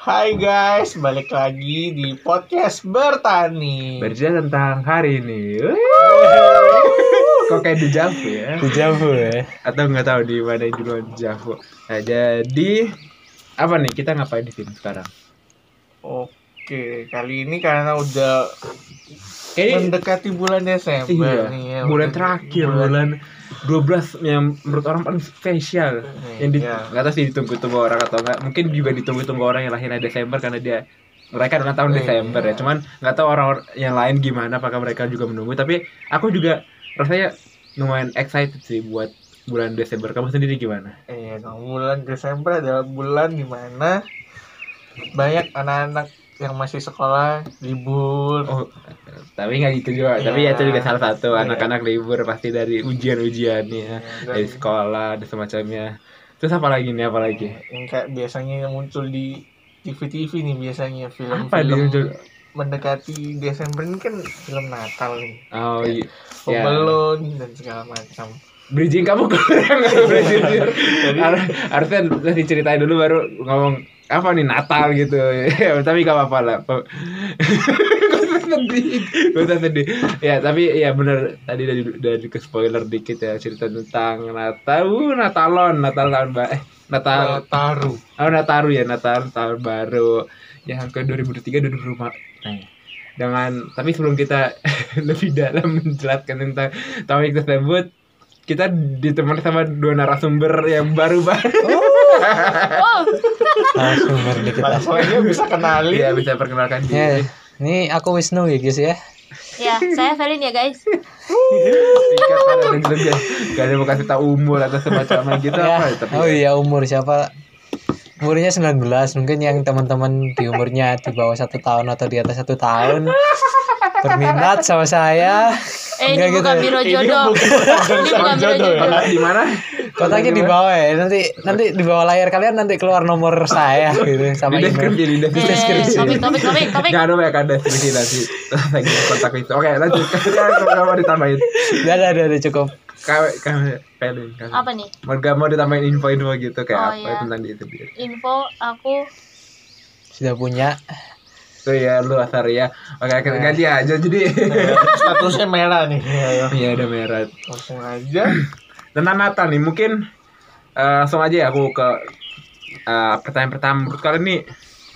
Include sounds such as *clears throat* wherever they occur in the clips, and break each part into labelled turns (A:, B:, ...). A: Hai guys, balik lagi di podcast bertani.
B: Bercerita tentang hari ini. Kok kayak di Javu ya?
C: Di Javu ya.
B: Atau nggak tahu di mana dulu di Javu. Nah, jadi apa nih kita ngapain di sini sekarang?
A: Oke, kali ini karena udah
B: Kayaknya
A: mendekati bulan Desember
B: Eh. iya,
A: nih ya.
B: bulan
A: udah-
B: terakhir, bulan 12 yang menurut orang paling spesial. Yang di,
A: Iya.
B: nggak tahu sih ditunggu-tunggu orang atau nggak. Mungkin juga ditunggu-tunggu orang yang lahirnya Desember karena dia mereka ulang tahun
A: Iya.
B: Desember ya. Cuman nggak tahu orang yang lain gimana apakah mereka juga menunggu. Tapi aku juga rasanya lumayan excited sih buat bulan Desember. Kamu sendiri gimana?
A: Iya, nah, bulan Desember adalah bulan dimana banyak anak-anak yang masih sekolah libur.
B: Oh, tapi nggak gitu juga.
A: Iya.
B: Tapi ya itu juga salah satu
A: Iya.
B: anak-anak libur pasti dari ujian-ujiannya,
A: Dan
B: dari sekolah dan semacamnya. Terus apa lagi nih? Apa lagi?
A: yang kayak biasanya yang muncul di TV-TV nih biasanya
B: Apa nih?
A: film-film mendekati Desember ini kan film Natal nih.
B: Oh, iya. Ya.
A: Pembelon dan segala macam.
B: Bridging kamu kurang bridging. Har- Harusnya harus diceritain dulu baru ngomong apa nih Natal gitu. *laughs* Ya, tapi gak apa-apa lah. Pe- *laughs* Gua sedih. Gua sedih. Ya, tapi ya bener tadi dari dari ke spoiler dikit ya cerita tentang Natal. Uh, Natalon, Natal tahun ba- eh Natal
A: Nah, Taruh.
B: Oh Nataru ya Natal tahun baru yang ke 2003 2004 Nah, dengan tapi sebelum kita *laughs* lebih dalam menjelaskan tentang topik tersebut kita ditemani sama dua narasumber yang baru baru
C: Langsung berhenti kita.
A: Soalnya bisa kenali.
B: ya bisa perkenalkan diri
C: Ya, ini aku Wisnu ya guys ya.
D: Ya, saya Felin ya guys.
B: Singkat, karena ada gitu, guys. *laughs* gak ada mau kasih tahu umur atau semacamnya gitu apa
C: Ya,
B: ya, tapi
C: Oh iya umur siapa? Umurnya 19 mungkin yang teman-teman di umurnya di bawah satu tahun atau di atas satu tahun berminat sama saya.
D: Eh,
C: Nggak
D: ini bukan
C: gitu.
D: biro jodoh. *laughs* Ini bukan biro jodoh. ya. Eh,
B: Kontak di mana
C: Kotaknya di bawah ya. Nanti nanti di bawah layar kalian nanti keluar nomor saya gitu
B: di
C: sama
B: deskripsi
C: email.
B: di
D: Eh,
B: deskripsi
D: topik, topik, topik, topik.
B: Gak ada banyak ada deskripsi nanti lagi kontak itu oke lanjut kamu mau ditambahin
C: Udah, udah, udah, udah, cukup.
B: kamu kamu Felin kamu
D: Apa nih?
B: Mau gak mau ditambahin info-info gitu kayak
D: Oh,
B: apa
D: iya.
B: tentang gitu. diri sendiri.
D: Info aku
C: Sudah punya.
B: Tuh ya lu asar ya. Oke, oke,
C: Ya.
B: ganti aja jadi. *laughs*
A: Iya, Statusnya merah nih. Ya, ya.
B: Iya ada merah.
A: Langsung aja.
B: Tentang Natal nih mungkin eh, langsung aja ya aku ke eh, pertanyaan pertama menurut kalian nih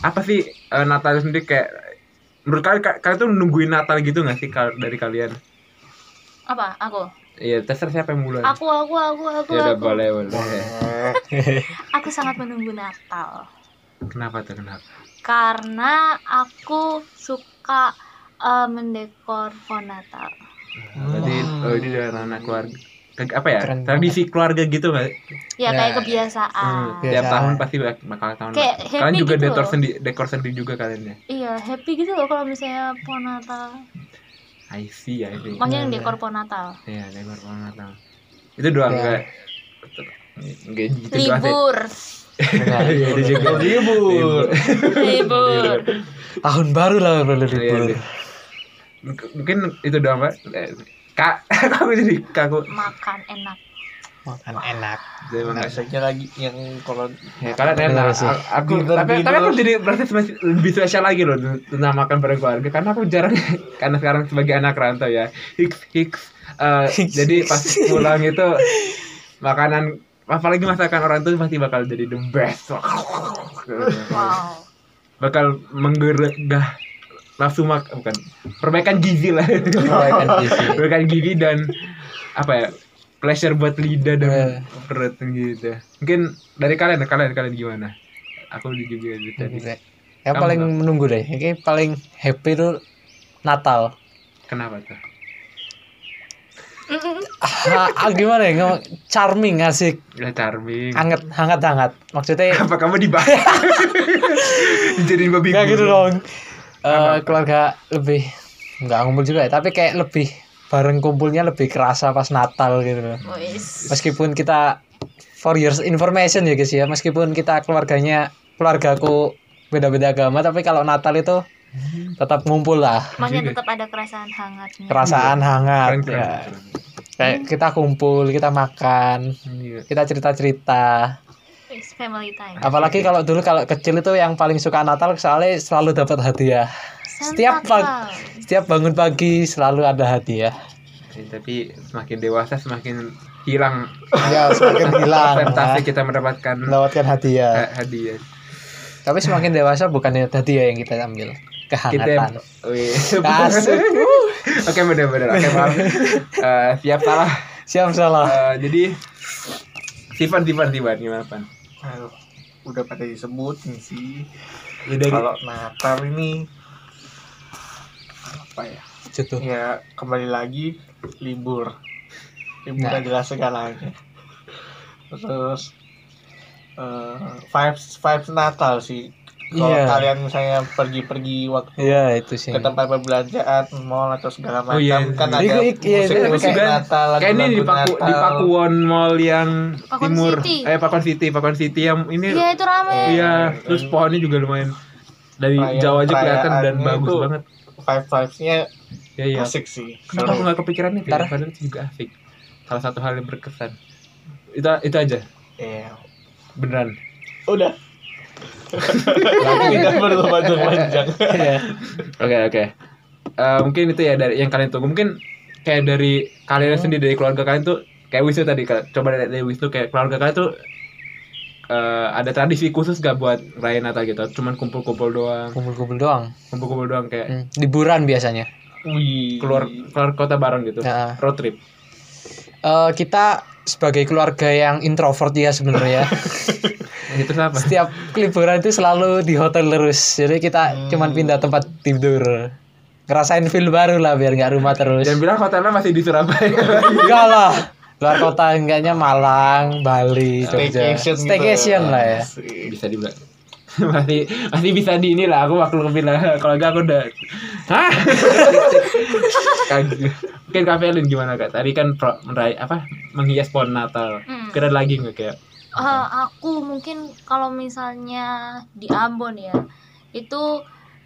B: apa sih eh, Natal itu sendiri kayak menurut kalian ka- kalian tuh nungguin Natal gitu gak sih kal- dari kalian?
D: apa? Aku.
B: Iya, terserah siapa yang mulai.
D: Aku, aku, aku, aku.
B: ya udah
D: aku.
B: boleh, boleh.
D: Aku sangat menunggu Natal
B: Kenapa tuh kenapa?
D: karena aku suka eh, mendekor pohon Natal.
B: Tadi oh, ini dari anak keluarga Ke- apa ya?
C: Keren banget.
B: tradisi keluarga gitu gak?
D: Ya Hmm. kayak
C: Nah,
D: kebiasaan.
C: iya.
B: tiap
C: Biasa.
B: tahun pasti bak- bakal tahun
D: Kayak
B: lalu.
D: happy
B: kalian juga
D: gitu
B: dekor
D: loh.
B: sendiri dekor sendiri juga kalian ya
D: Iya, happy gitu loh kalau misalnya pohon Natal.
B: I see I see
D: Makanya yang dekor pohon Natal.
B: ya dekor pohon natal itu doang
C: Ya.
B: enggak enggak gitu doang sih
D: Libur.
C: Benar.
B: Iya, itu juga
A: Libur.
D: Libur.
C: Tahun baru lah baru
B: Iya,
C: libur.
D: *laughs*
B: iya. Mungkin- mungkin itu doang pak Eh, kak *laughs* aku jadi kaku
D: Makan enak.
C: Makan enak.
B: Jadi emang nggak-
A: Biasanya Nah, lagi yang kalau
B: ya, kalian enak
C: Benar sih.
B: A- aku
A: Bieber,
B: tapi tapi
A: Bieber.
B: aku jadi berarti spes- lebih spesial lagi loh tentang makan bareng keluarga karena aku jarang *laughs* karena sekarang sebagai anak rantau ya hiks hiks eh, jadi pas pulang itu makanan apalagi masakan orang tuh pasti bakal jadi the best
D: Wow.
B: bakal menggergah nafsu mak bukan perbaikan gizi lah *laughs*
C: Perbaikan gizi.
B: perbaikan gizi dan apa ya pleasure buat lidah dan
C: Eh.
B: perut gitu mungkin dari kalian kalian kalian gimana aku juga dari tadi
C: Gitu. Yang paling menunggu deh. Ini paling happy tuh Natal.
B: kenapa tuh
C: Ah, ah, gimana ya? ngomong? Charming, asik,
B: ya charming
C: hangat, hangat, hangat.
B: *laughs*
C: Maksudnya
B: apa kamu
C: *laughs*
B: dibahas jadi babi
C: nggak gitu
B: guru?
C: dong. Eh, keluarga lebih nggak ngumpul juga ya, tapi kayak lebih bareng kumpulnya lebih kerasa pas Natal gitu loh.
D: Wes.
C: Meskipun kita for your information ya guys ya, meskipun kita keluarganya keluargaku beda-beda agama, tapi kalau Natal itu
B: Hmm.
C: tetap ngumpul lah,
D: Makanya tetap ada kerasaan hangatnya.
B: Iya.
C: perasaan
B: keren
C: hangat.
B: keren,
C: ya.
B: keren.
C: kayak kita kumpul kita makan
B: Iya.
C: kita cerita cerita
D: Wes. It's family time.
C: Apalagi kalau dulu kalau kecil itu yang paling suka Natal soalnya selalu dapat hadiah. Setiap
D: Santa
C: pag-
D: Claus.
C: Setiap bangun pagi selalu ada hadiah.
B: Ya, tapi semakin dewasa semakin hilang
C: Ya semakin hilang.
B: fantasi
C: ya.
B: kita mendapatkan
C: Mendapatkan hadiah.
B: eh, hadiah.
C: Tapi semakin dewasa bukannya hadiah yang kita ambil,
B: Kita
C: kehangatan.
B: Wih.
C: Kasih.
B: *laughs* Oke bener-bener Oke paham
C: *laughs*
B: Eh, Siap salah
C: Siap salah.
B: Eh, Jadi Tivan Tivan Tivan Gimana Pan?
A: Aduh, udah pada disebutin sih
B: Jadi
A: kalau Natal ini apa ya
C: Jatuh.
A: ya kembali lagi libur libur
C: Nah.
A: adalah segalanya terus eh vibes vibes Natal sih kalau
C: Iya.
A: kalian misalnya pergi-pergi waktu
C: Iya itu sih.
A: ke tempat perbelanjaan mall atau segala macam
B: Oh, iya.
A: kan ada
C: Iya,
A: musik
C: iya,
A: musik
C: iya,
B: kayak-
A: Natal
B: Kayak ini di,
A: lagu-lagu
B: Paku, di
A: Natal.
B: Pakuwon Mall yang
D: Pakuwon
B: timur
D: City.
B: Eh Pakuan City Pakuan City yang ini
D: Iya itu rame.
C: Oh,
B: Iya Terus pohonnya juga lumayan Dari
A: Perayaan-
B: jauh aja kelihatan dan
A: perayaannya
B: bagus
A: itu
B: banget
A: vibe vibesnya
B: Iya iya
A: asik sih
B: Kenapa aku
A: Seru.
B: gak kepikiran itu ya?
C: Ntar.
B: Padahal itu juga asik Salah satu hal yang berkesan Itu, itu aja
A: Iya.
B: Beneran
A: udah kita perlu panjang-panjang
C: Iya.
B: Oke oke. Eh, mungkin itu ya dari yang kalian tunggu. Mungkin kayak dari
C: Oh.
B: kalian sendiri dari keluarga kalian tuh kayak Wisnu tadi Kak. coba dari, dari Wisnu kayak keluarga kalian tuh eh, ada tradisi khusus gak buat rayain Natal gitu? Cuman kumpul-kumpul doang,
C: Kumpul-kumpul doang.
B: kumpul-kumpul doang kayak
C: Hmm, Liburan biasanya.
A: Wih.
B: keluar keluar kota bareng gitu.
C: Nah,
B: Road trip.
C: eh, kita sebagai keluarga yang introvert ya sebenarnya.
B: Itu apa?
C: Setiap liburan itu selalu di hotel terus. Jadi
B: Hmm.
C: kita cuman pindah tempat tidur. Ngerasain feel baru lah biar nggak rumah terus.
B: Jangan bilang gitu. hotelnya masih di Surabaya.
C: Enggak lah. Luar kota enggaknya Malang, Bali, Jogja.
A: Staycation gitu.
C: Staycation lah ya.
A: Asik.
B: bisa di *laughs* masih masih bisa di inilah aku maklumi lah kalau enggak aku udah hah Kaget. mungkin Kak Felin gimana kak tadi kan pro, meraih apa menghias pohon Natal
D: Hmm.
B: kira lagi nggak kayak
D: Eh, aku mungkin kalau misalnya di Ambon ya itu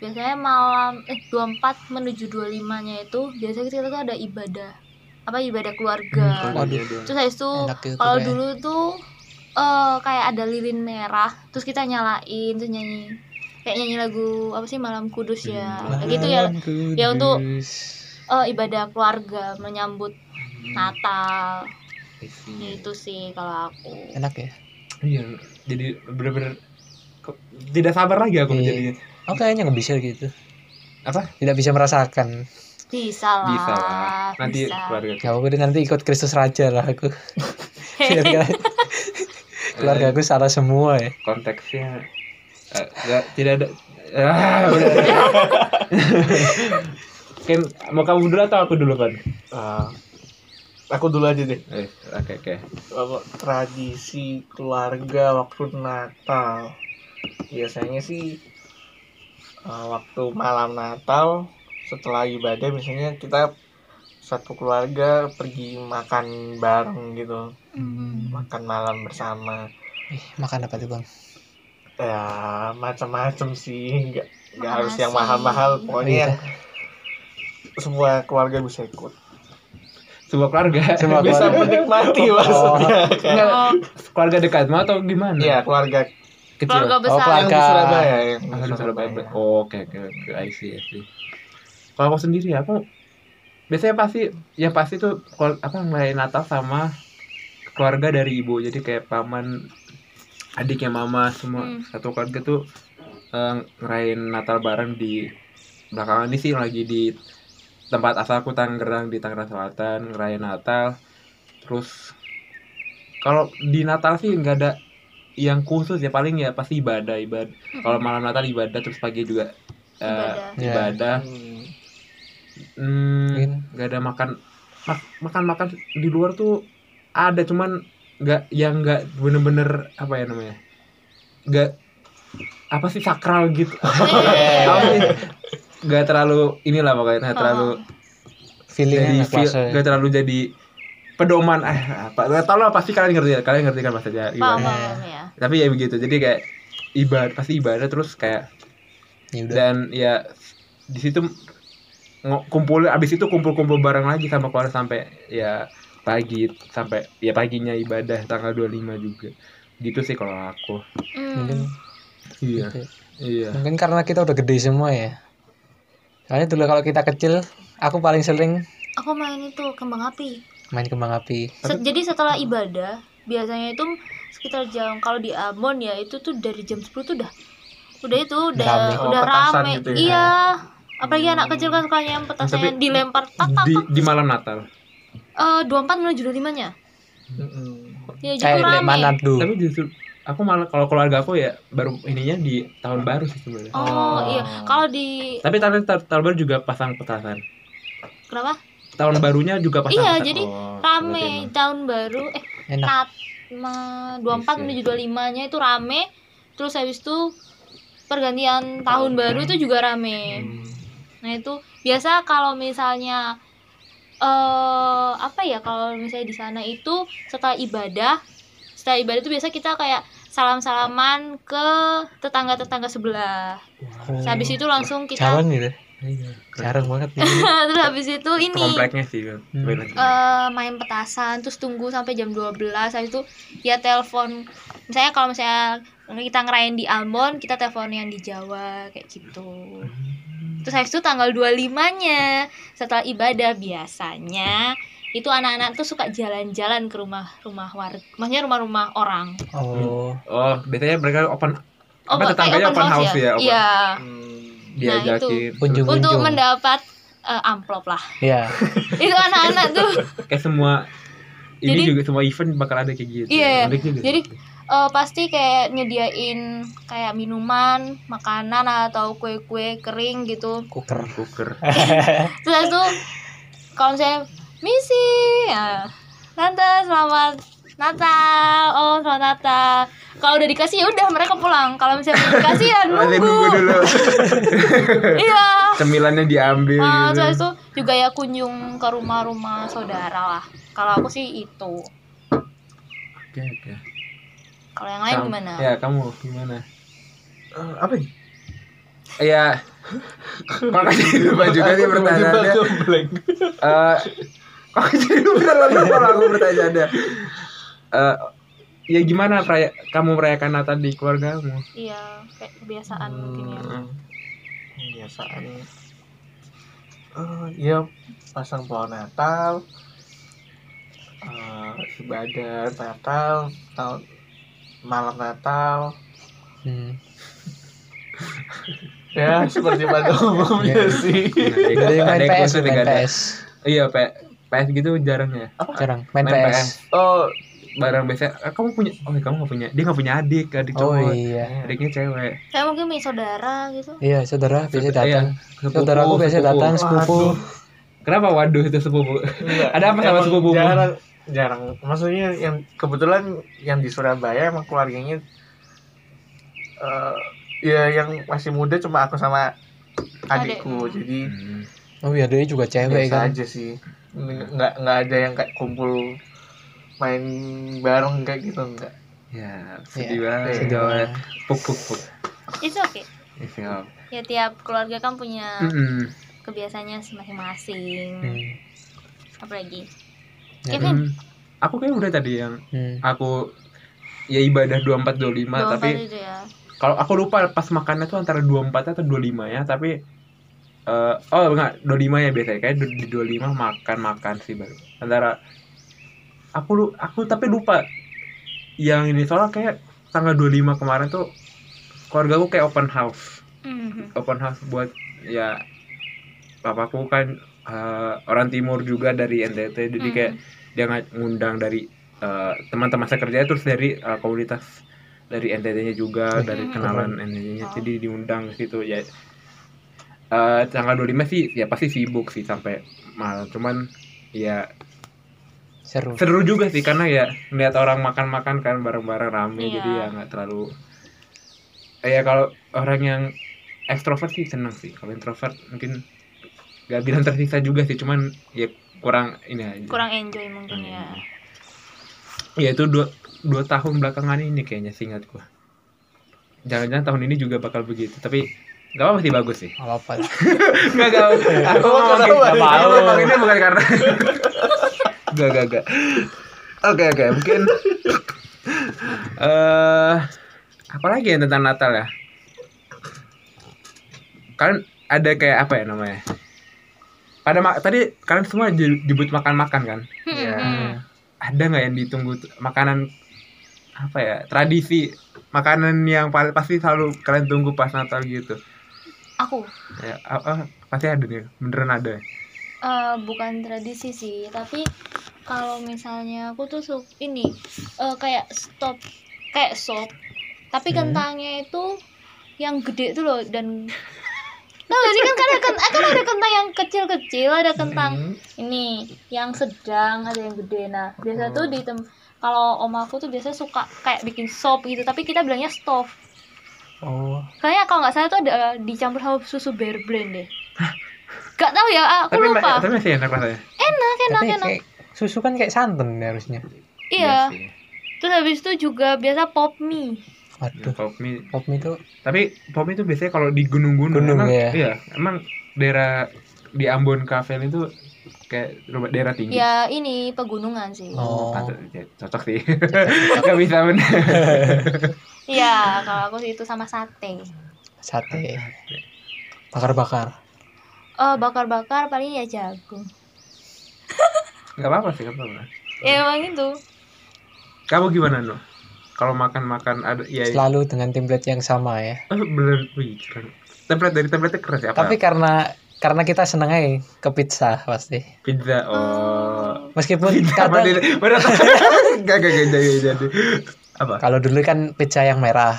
D: biasanya malam eh 24 menuju 25 nya itu biasanya kita tuh ada ibadah apa ibadah
B: Hmm,
D: keluarga
C: Waduh.
D: terus habis itu
C: Hmm. Enak gitu
D: Oh, kalau
C: kayaknya.
D: dulu tuh eh kayak ada lilin merah terus kita nyalain terus nyanyi kayak nyanyi lagu apa sih malam kudus ya kayak gitu ya ya untuk- eh, ibadah keluarga menyambut Natal itu sih kalau aku
C: enak ya.
B: iya jadi bener-bener ke- tidak sabar lagi aku
C: Iya.
B: jadinya
C: Oh kayaknya nggak bisa gitu.
B: apa
C: Tidak bisa merasakan.
D: bisa lah
B: bisa
D: Ah,
B: lah nanti
D: bisa.
B: keluarga
C: Gak apa-apa deh, nanti ikut Kristus Raja lah aku. Biar nggak- keluarga aku salah semua ya.
B: konteksnya eh, nggak- tidak ada ah, udah. Ken, mau kamu dulu atau aku dulu kan?
A: Eh, aku dulu aja deh
B: Eh, oke oke.
A: Kalau tradisi keluarga waktu Natal biasanya sih eh, waktu malam Natal setelah ibadah biasanya kita satu keluarga pergi makan bareng gitu
D: Hmm.
A: makan malam bersama
C: Ih, makan apa tuh bang?
A: ya macam-macam sih nggak nggak
D: Makan
A: harus yang
D: nasi.
A: mahal-mahal pokoknya
C: Iya.
A: yang semua keluarga bisa ikut
B: Semua keluarga. *laughs*
C: Semua
A: bisa
C: keluarga.
A: menikmati maksudnya kayak
D: Oh,
B: keluarga Iya. dekatmu atau gimana?
A: ya keluarga
B: Kecil.
D: keluarga
C: Oh,
D: besar
A: yang di
C: Keluarga.
A: Surabaya yang
B: Ah, di Surabaya. Oh, Oke oke oke. I see I see. Kalau aku sendiri aku biasanya pasti yang pasti tuh keluar- apa ngelain Natal sama keluarga dari ibu. Jadi kayak paman, adiknya mama semua
D: Hmm.
B: satu keluarga tuh eh, ngerayain Natal bareng di belakangan ini sih lagi di tempat asalku Tangerang di Tangerang Selatan ngerayain Natal terus kalau di Natal sih nggak ada yang khusus ya paling ya pasti ibadah ibadah kalau malam Natal ibadah terus pagi juga eh,
D: Ibadah.
C: Ya.
B: ibadah
A: Hmm.
B: Hmm,
C: Mungkin.
B: nggak ada makan makan makan di luar tuh ada cuman nggak yang nggak bener-bener apa ya namanya nggak apa sih sakral gitu
D: Iya,
B: Apa sih? nggak terlalu inilah pokoknya nggak terlalu jadi
C: Feelingnya enak
B: feel,
C: puasa ya.
B: nggak terlalu jadi pedoman ah apa nggak tahu lah pasti kalian ngerti kalian ngerti kan maksudnya
D: paham
B: gimana
D: paham ya
B: tapi ya begitu jadi kayak ibadah pasti ibadah terus kayak
C: Ya udah.
B: dan ya di situ ngo- kumpul abis itu kumpul-kumpul bareng lagi sama keluarga sampai ya pagi sampai ya paginya ibadah tanggal 25 juga gitu sih kalau aku
C: mungkin
D: Hmm.
B: iya
C: gitu.
B: iya
C: mungkin karena kita udah gede semua ya soalnya dulu kalau kita kecil aku paling sering
D: Aku main itu kembang api.
C: main kembang api
D: Se- jadi setelah ibadah biasanya itu sekitar jam kalau di Ambon ya itu tuh dari jam 10 tuh udah udah itu udah
C: Rame.
A: Oh,
D: udah
A: petasan
D: rame.
A: gitu ya.
D: Iya. Apalagi anak kecil kan suka yang petasannya
B: Tapi-
D: dilempar tak tak
B: di
D: tak.
B: di malam Natal
D: Eh, 24 menuju 25-nya.
A: Hmm.
D: Ya jadi
C: kayak Eh, lek
D: rame.
C: mana dulu
B: tapi justru aku malah kalau keluarga aku ya baru ininya di tahun baru sih sebenarnya
D: Oh,
A: Oh.
D: iya, kalau di
B: tapi tahun, tahun, tahun baru juga pasang petasan
D: kenapa?
B: tahun barunya juga pasang
D: Iya,
B: petasan.
D: jadi
B: Oh, berarti
D: Rame
B: emang.
D: tahun baru eh
C: enak
D: Nat ma- 24 menuju 25-nya itu rame. Terus habis itu pergantian tahun baru itu juga rame.
A: Hmm.
D: Nah itu biasa kalau misalnya eh apa ya kalau misalnya di sana itu setelah ibadah, setelah ibadah itu biasa kita kayak salam-salaman ke tetangga-tetangga sebelah. Terus Habis itu langsung kita
C: jalan Hmm. gitu
B: Iya.
C: jarang banget
D: *laughs*
B: *laughs*
D: terus habis itu
B: Ke
D: ini
B: kompleknya sih balik lagi.
D: eh main petasan terus tunggu sampai jam 12 habis itu ya telepon misalnya kalau misalnya kita ngerayain di Ambon kita telepon yang di Jawa kayak gitu terus habis itu tanggal 25 nya setelah ibadah biasanya itu anak-anak tuh suka jalan-jalan ke rumah rumah warga maksudnya rumah-rumah orang
C: oh
D: Oh,
B: oh biasanya mereka open
D: nah,
B: apa
D: kayak
B: tetangganya open house ya, open-
D: iya
B: diajakin
C: Kunjung.
D: untuk mendapat eh, amplop lah
C: ya
D: itu anak-anak tuh
B: kayak semua ini
D: Jadi-
B: juga semua event bakal ada kayak gitu
D: Iya.
B: Unik juga.
D: Jadi, eh, pasti kayak nyediain kayak minuman, makanan atau kue-kue kering gitu.
C: kuker
D: *laughs*
B: Cooker.
D: Terus habis itu kalau misalnya misi, ya, tante selamat Natal, oh selamat Natal. Kalau udah dikasih ya udah mereka pulang. Kalau misalnya belum dikasih
B: *laughs*
D: ya
B: Ada yang nunggu
D: nunggu.
B: dulu *laughs*
D: Iya.
B: cemilannya diambil
D: Nah,
B: gitu.
D: terus habis itu juga ya kunjung ke rumah-rumah saudara lah. Kalau aku sih itu.
B: oke oke
D: Kalau yang lain
B: Kamu-
D: gimana?
B: ya kamu gimana
A: apa ya?
B: ya *laughs* kok kasih lupa juga sih
A: Aku
B: pertanyaannya
A: tiba-tiba ngeblank.
B: Eh, kok jadi bentar lagi
C: *laughs*
B: kalau aku pertanyaannya Eh, ya gimana peraya- kamu merayakan Natal di keluargamu
D: Iya, kayak kebiasaan
B: Hmm.
D: mungkin ya.
A: Hmm. Kebiasaan. Eh, ya pasang pohon Natal. Eh, ibadah Natal, tahun malam Natal.
C: hmm.
A: Ya, seperti *laughs* pada umumnya sih.
B: Nah, ikut
C: Dari Iya, main
B: ada yang
C: PS
B: khusus, kan?
C: main
B: nggak ada.
C: PS
B: iya P- PS gitu jarang ya
C: jarang main
B: Main PS.
C: PS
A: Oh,
B: barang biasanya "Ah, kamu punya oh kamu nggak punya dia nggak punya adik adik
C: oh
B: cowok
C: iya
A: Ya.
B: adiknya cewek
D: Kayak mungkin punya saudara gitu.
C: iya saudara biasanya datang
B: Iya,
C: saudaraku
B: sepupu,
C: biasanya
B: sepupu.
C: datang sepupu
A: Waduh.
B: kenapa waduh itu sepupu
A: Enggak.
B: Ada apa sama
A: Iya, Emang
B: sepupumu?
A: Jarang, jarang. Maksudnya yang kebetulan yang di Surabaya emang keluarganya eh ya yang masih muda cuma aku sama adikku.
D: Adikmu.
A: Jadi
C: oh iya dia juga cewek
A: biasa
C: kan
A: aja sih. Nggak nggak ada yang kayak kumpul main bareng kayak gitu enggak.
B: ya sedih
C: Iya,
B: banget
A: sedih
B: sedih
C: banget.
B: banget puk puk puk
D: Itu oke.
B: Iya, siap.
D: Ya tiap keluarga kan punya
B: Mm-mm.
D: kebiasaannya masing-masing.
C: hmm.
D: Apalagi
C: Ya.
D: Kevin.
B: Mm. aku kayak udah tadi yang
C: Hmm.
B: aku ya ibadah 24 25
D: 24
B: tapi
D: itu ya.
B: kalau aku lupa pas makannya tuh antara 24 atau 25 ya tapi eh oh enggak 25 ya biasanya kayak di 25 makan makan sih baru antara aku lu aku tapi lupa yang ini soalnya kayak tanggal 25 kemarin tuh keluarga aku kayak open house
D: Mhm.
B: open house buat ya papaku kan eh, orang timur juga dari NTT jadi
D: Hmm.
B: kayak dia ng- ngundang dari eh, teman-teman sekerja terus dari eh, komunitas dari NTT-nya juga
C: Hmm.
B: dari kenalan NTT-nya
D: Oh.
B: jadi diundang ke situ ya Eh tanggal 25 sih ya pasti sibuk sih sampai malam cuman ya
C: seru
B: seru juga sih karena ya melihat orang makan-makan kan bareng-bareng rame
D: Iya.
B: jadi ya nggak terlalu Eh, ya kalau orang yang ekstrovert sih seneng sih kalau introvert mungkin nggak bilang tersiksa juga sih cuman ya kurang ini aja
D: Hmm. Kurang enjoy mungkin
B: Kurang
D: ya.
B: enjoy. ya itu dua dua tahun belakangan ini kayaknya singkat gua jangan-jangan tahun ini juga bakal begitu tapi nggak apa masih bagus sih
C: apa apa
B: *laughs* nggak nggak aku
A: Oh,
B: ngomongin
A: kenapa?
B: nggak mau
A: Kenapa?
B: ngomong ini bukan karena *laughs* nggak nggak nggak oke oke mungkin *laughs* Eh, apa lagi ya tentang Natal ya? Kalian ada kayak apa ya namanya? Pada ma- tadi kalian semua je- jemput makan-makan kan?
D: Iya.
B: Ada nggak yang ditunggu t- makanan apa ya? Tradisi makanan yang paling pasti selalu kalian tunggu pas Natal gitu.
D: Aku
B: Ya, apa pasti ada nih, beneran ada.
D: eh, bukan tradisi sih, tapi kalau misalnya aku tuh su- ini eh, kayak stop kayak sop, tapi
B: Hmm.
D: kentangnya itu yang gede tuh loh dan Tahu gak sih kan kan ada, ken- kan ada kentang yang kecil-kecil, ada kentang
B: Hmm.
D: ini yang sedang ada yang gede nah
B: Oh.
D: biasa tuh di tem- kalau om aku tuh biasanya suka kayak bikin sop gitu tapi kita bilangnya stove
B: Oh,
D: kayaknya kalau nggak salah tuh ada dicampur sama susu bear brand deh gak tahu ya aku
B: tapi, ma-
D: lupa
B: tapi masih enak rasanya.
D: enak enak
C: Tapi
D: enak
C: kayak susu kan kayak santan ya harusnya.
D: iya
B: sih.
D: terus habis itu juga biasa pop mie
B: Ya,
C: Waduh,
B: pop mie.
C: pop mie tuh
B: Tapi pop mie itu biasanya kalau di gunung-gunung.
C: Gunung,
B: emang,
C: ya.
B: Iya, emang daerah di Ambon Cafe itu kayak rumah daerah tinggi.
D: ya ini pegunungan sih
C: Hmm. Oh.
B: Pantes- ya, cocok sih. *laughs* Gak bisa bener.
D: iya kalau aku sih itu sama sate
C: sate bakar-bakar.
D: Eh bakar-bakar paling ya jagung
B: Gak apa-apa sih, gak apa-apa.
C: Hmm.
D: ya emang itu
B: Kamu gimana, No? Kalau makan-makan ada ya
C: Selalu dengan template yang sama ya.
B: eh, *laughs* bener wih, keren. Template dari template keras ya apa?
C: Tapi karena karena kita seneng aja ke pizza pasti.
B: pizza oh.
C: Meskipun
B: Apa
C: kadang
B: dia? Bener. *laughs* Gak gak gak jadi jadi. Apa?
C: kalau dulu kan pizza yang merah.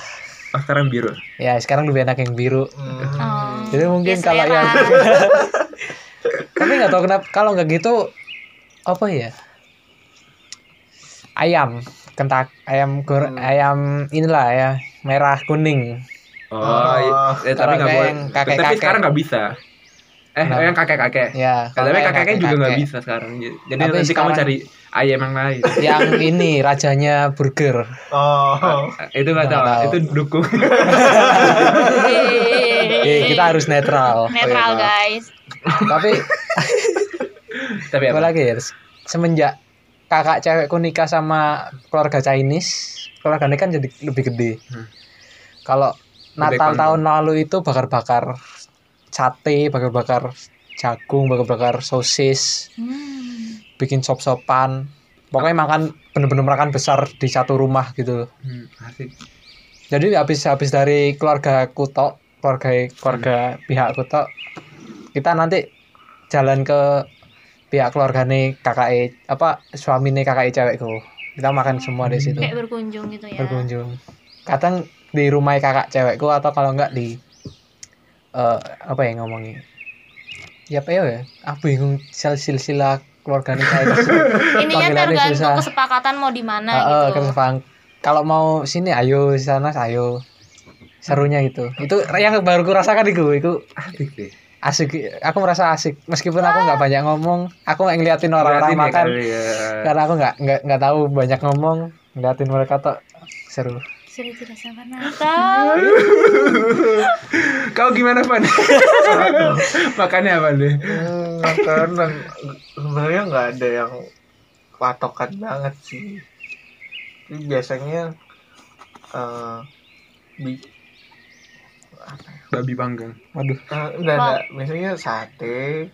B: Oh, sekarang biru.
C: Ya, sekarang lebih enak yang biru.
A: Hmm.
D: Oh,
C: Hmm. Jadi mungkin
D: ya
C: kalau yang-
D: selera.
C: Tapi nggak tahu kenapa kalau nggak gitu apa ya? Ayam kentak ayam gor
B: Hmm.
C: ayam inilah ya merah kuning
B: Oh,
A: Oh,
B: ya,
C: kalau
B: tapi nggak
C: kayak
B: boleh.
C: yang kakek-kakek.
B: Tapi sekarang nggak bisa. Eh,
C: Kenapa?
B: yang kakek-kakek.
C: ya
B: Tapi
C: kalau yang
B: kakeknya juga nggak
C: kakek-kakek.
B: bisa sekarang. Jadi nanti
C: Tapi
B: kamu
C: sekarang-
B: cari ayam yang
C: *laughs*
B: lain.
C: yang ini rajanya burger
A: Oh.
B: itu nggak
C: Nggak
B: tahu.
C: tahu.
B: Itu
C: *laughs*
B: dukung.
C: Eh, Iya, kita harus Iya. netral
D: *laughs* netral guys
C: tapi
B: tapi
C: apa
B: apa?
C: lagi ya semenjak kakak cewekku nikah sama keluarga Chinese keluarganya kan jadi lebih gede
B: Hmm.
C: kalau Natal
B: kondom.
C: tahun lalu itu bakar-bakar sate bakar-bakar jagung bakar-bakar sosis
D: Hmm.
C: bikin sop-sopan pokoknya makan bener-bener makan besar di satu rumah gitu loh
B: Hmm, asik.
C: jadi habis habis dari keluarga kutok keluarga keluarga pihak kutok kita nanti jalan ke pihak keluargane kakak apa suamine kakak cewekku kita makan semua di situ
D: kayak berkunjung gitu ya
C: berkunjung kadang di rumah kakak cewekku atau kalau enggak di eh, apa ya ngomongnya ya apa ya ya? ah bingung sil- silsilah keluargane
D: *laughs*
C: kakak
D: ininya
C: Panggilannya
D: tergantung
C: susah. Ah,
D: kesepakatan mau di mana
C: Heeh,
D: gitu
C: keterbang. Kalau mau sini ayo di sana ayo. Serunya gitu. Itu yang baru ku rasakan itu, itu
B: Asik sih.
C: asik. Aku merasa asik meskipun aku nggak banyak ngomong, aku nggak ngeliatin orang-orang
B: Berarti
C: makan
B: dia ya, kali ya.
C: karena aku nggak nggak nggak tahu banyak ngomong, ngeliatin mereka tuh seru.
D: sudah tidak sabar
C: *laughs*
D: Natal
B: Kau gimana, Pan? *laughs* Makannya apa deh?
A: Hmm, makanan sebenarnya nggak ada yang patokan banget sih. Tapi biasanya eh bi-
B: Babi panggang.
C: Waduh,
A: eh, nggak ada. Biasanya sate,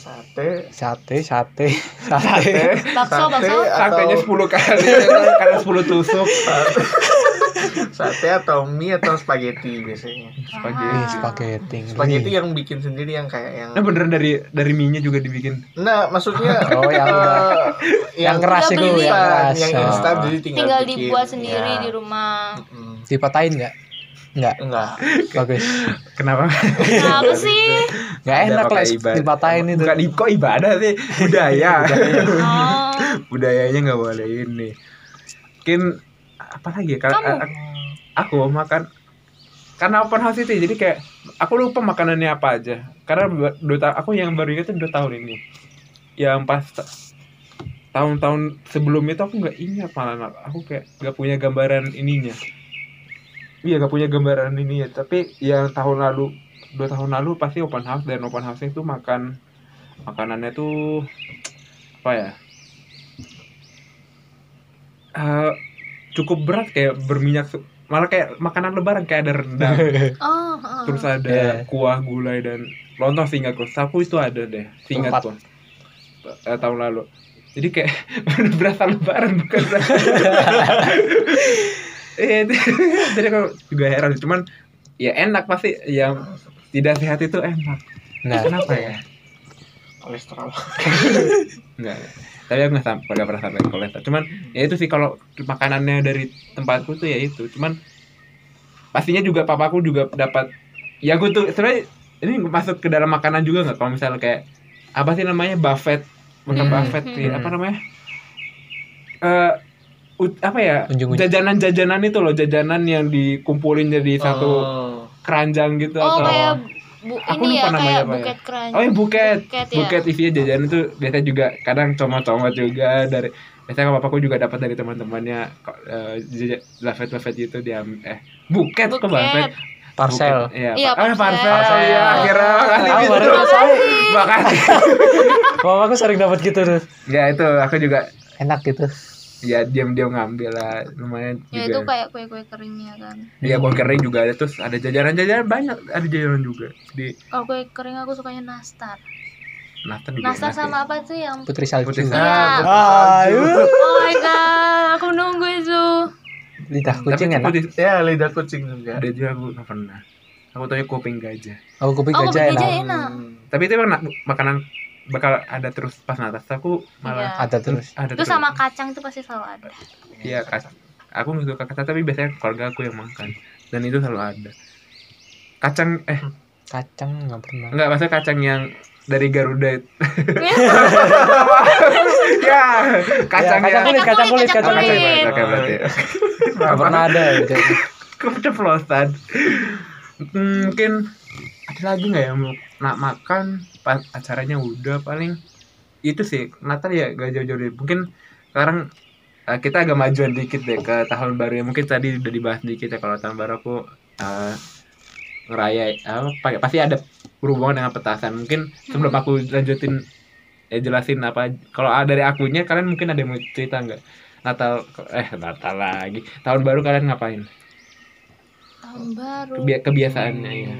A: sate,
C: sate, sate, *laughs* sate.
A: eh,
D: Bakso, bakso.
B: Santainya
A: atau
B: 10 kali, *laughs* karena 10 tusuk.
A: *laughs* sate atau mie atau spaghetti biasanya.
B: Spaghetti.
C: Ih, spaghetti.
B: ya?
A: Spaghetti yang bikin sendiri yang kayak yang
B: Nah, beneran dari dari minyak juga dibikin.
A: Nah, maksudnya
C: *laughs* Oh, yang
A: eh,
C: udah- yang keras
D: Udah
C: itu
D: beli
C: yang
A: instan,
C: keras.
A: yang
C: Oh. Ya.
A: instan jadi tinggal,
D: tinggal
A: bikin.
D: dibuat
C: Iya.
D: sendiri di
C: *laughs*
D: rumah
A: Mm-mm.
C: Dipatahin nggak? Nggak,
A: Enggak.
C: bagus.
B: Kenapa?
D: kenapa sih
C: Nggak
B: Ada
C: enak lah
B: pakai ibadah.
C: dipatahin itu.
B: Enggak di kok ibadah sih
C: *laughs*
B: budaya.
C: Iya.
D: oh
B: Budayanya nggak boleh ini. Mungkin apa lagi ya? Kalau
D: Kamu?
B: a- a- aku makan karena open house itu jadi kayak aku lupa makanannya apa aja. Karena ba- dua ta- aku yang baru ingat tuh dua tahun ini. Yang pas ta- tahun-tahun sebelum itu aku nggak ingat malah aku kayak nggak punya gambaran ininya. Iya nggak punya gambaran ininya. Tapi yang tahun lalu dua tahun lalu pasti open house dan open house itu makan makanannya tuh apa ya Eh, cukup berat kayak berminyak se- malah kayak makanan lebaran kayak ada rendang
D: Oh, heeh.
B: terus ada
C: Iya.
B: kuah gulai dan lontong seingatku sapu itu ada deh seingatku Eh, tahun lalu jadi kayak *laughs* berasa lebaran bukan berasa Iya, itu- jadi aku juga heran cuman ya enak pasti yang tidak sehat itu enak
C: nah
B: kenapa ya
A: kolesterol
B: Enggak. Tapi aku nggak sam- nggak pernah sampai kolesterol. Cuman ya itu sih kalau makanannya dari tempatku tuh ya itu. Cuman pastinya juga papaku juga dapat ya aku tuh sebenarnya ini masuk ke dalam makanan juga nggak kalau misalnya kayak apa sih namanya buffet bukan
D: Hmm,
B: buffet
D: hmm.
B: sih apa namanya Eh ut- apa ya
C: Unjung-unjung.
B: jajanan-jajanan itu loh jajanan yang dikumpulin jadi satu
A: Oh.
B: keranjang gitu
D: Oh,
B: atau
D: kayak bu-
B: Aku lupa
D: ini ya
B: namanya
D: kayak
B: apa ya.
D: buket keranjang.
B: Oh ya buket,
D: Buket
B: buket,
D: ya.
B: isinya jajanan itu biasanya juga kadang comot-comot juga dari biasanya bapakku juga dapat dari teman-temannya uh, lafet lafet gitu dia eh buket, kok
D: Buket.
B: lafet
C: parcel
B: iya
D: Iya,
B: ya, parcel,
D: parcel.
B: parcel. Iya, akhirnya makasih
C: Tahu,
B: gitu
C: baru tahu.
B: *laughs* makasih
C: mama aku sering dapat gitu tuh
B: ya itu aku juga
C: enak gitu
B: ya diam-diam ngambil lah lumayan
D: Ya itu
B: juga
D: kayak kue-kue keringnya kan.
B: dia buah kering juga ada terus ada jajanan-jajanan banyak ada jajanan juga di
D: Kalau kue kering aku sukanya nastar.
B: Iya, nastar juga
D: Nastar
B: enak ya.
D: sama apa tuh yang
C: putri salju
B: putih
A: Nah,
D: Iya.
B: Ah,
C: Ayo.
D: Oh my god, aku nunggu itu.
C: lidah
B: tapi
C: kucing enak
B: putih
A: ya lidah kucing juga
B: ada juga aku nggak pernah aku tanya kuping gajah
C: aku kuping
D: Oh,
C: gajah
D: kuping
C: enak
D: gajah enak.
B: tapi itu emang na- makanan bakal ada terus pas natas aku malah
D: Iya.
C: ada terus
B: ada
D: Itu sama kacang itu pasti selalu
B: *laughs*
D: ada.
B: iya kacang aku nggak suka kacang tapi biasanya keluarga aku yang makan dan itu selalu ada kacang eh
C: kacang nggak pernah
B: *laughs* enggak maksudnya kacang yang dari Garuda itu.
D: Kacang
B: ya kacang
C: Iya, kacang
B: yang
C: kulit,
B: Oh,
C: kacang kulit, kacang
B: kacang kulit.
D: kulit.
B: Oke, berarti.
C: nggak pernah ada gitu
B: keceplosan Hmm, mungkin ada lagi nggak ya mau nak makan pas acaranya udah paling itu sih Natal ya gak jauh-jauh dari mungkin sekarang eh, kita agak majuan dikit deh ke tahun baru ya mungkin tadi udah dibahas dikit ya kalau tahun baru aku eh, ngerayain apa pakai- pasti ada berhubungan dengan petasan mungkin sebelum aku lanjutin ya jelasin apa kalau ada dari akunya kalian mungkin ada yang mau cerita nggak Natal eh Natal lagi tahun baru kalian ngapain
D: Tahun baru.
C: Iya.
B: Kebia- kebiasaannya ya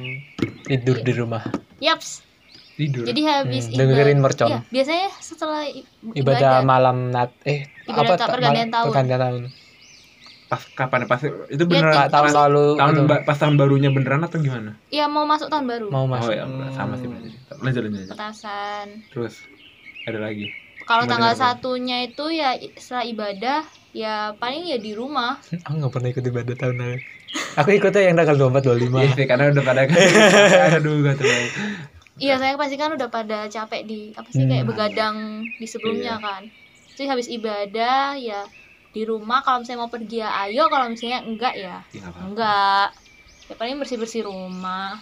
C: tidur di rumah
D: Yaps.
B: tidur
D: Jadi habis
C: Hmm, dengerin
D: ibadah-
C: mercon.
D: Iya, biasanya setelah i- ya,
C: ibadah malam nat eh
D: Ibadah tak
C: ta-
D: pergantian
C: mal-
D: tahun.
C: pergantian tahun
B: pas kapan pas itu
C: Pak,
B: beneran
D: Iya,
C: tahun
D: pas-
C: lalu
B: tahun
C: itu
B: ba- pas tahun barunya beneran atau gimana
D: Iya, mau masuk tahun baru.
C: mau
B: oh
C: masuk
B: ya sama sih berarti
C: Hmm.
B: lanjut lanjut lanjut.
D: Petasan.
B: terus ada lagi
D: Kalau
B: Gimana
D: tanggal
B: caranya?
D: satunya itu ya i- setelah ibadah ya paling ya di rumah.
C: Hmm, aku nggak pernah ikut ibadah tahun lalu aku ikutnya yang tanggal 24
B: iya
C: 25
B: sih karena udah
C: *laughs*
B: pada aduh gatel banget
D: Iya, saya pasti kan udah pada capek di apa sih kayak
B: Hmm. Iya.
D: begadang di sebelumnya kan. Terus habis ibadah ya di rumah kalau misalnya mau pergi ya ayo kalau misalnya enggak ya
B: Ya, nggak apa-apa.
D: enggak. Ya paling bersih-bersih rumah.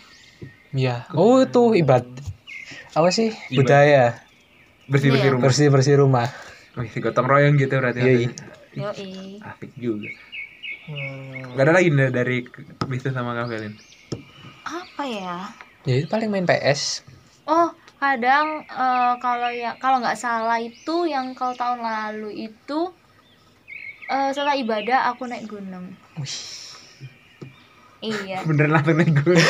C: iya oh itu ibad apa sih
B: Ibadah.
C: budaya
B: bersih bersih
D: Iya.
B: rumah
C: bersih bersih rumah
B: Wih, si gotong royong gitu berarti
C: Iya, iya.
D: Yo,
B: asik juga
A: Hmm.
B: nggak ada lagi dari, dari bisnis sama kafelin
D: apa ya?
C: ya itu paling main PS
D: Oh, kadang eh, kalau ya kalau nggak salah itu yang kalau tahun lalu itu eh, setelah ibadah aku naik gunung. Iya.
B: *laughs* beneran langsung naik
D: *laughs*
B: gunung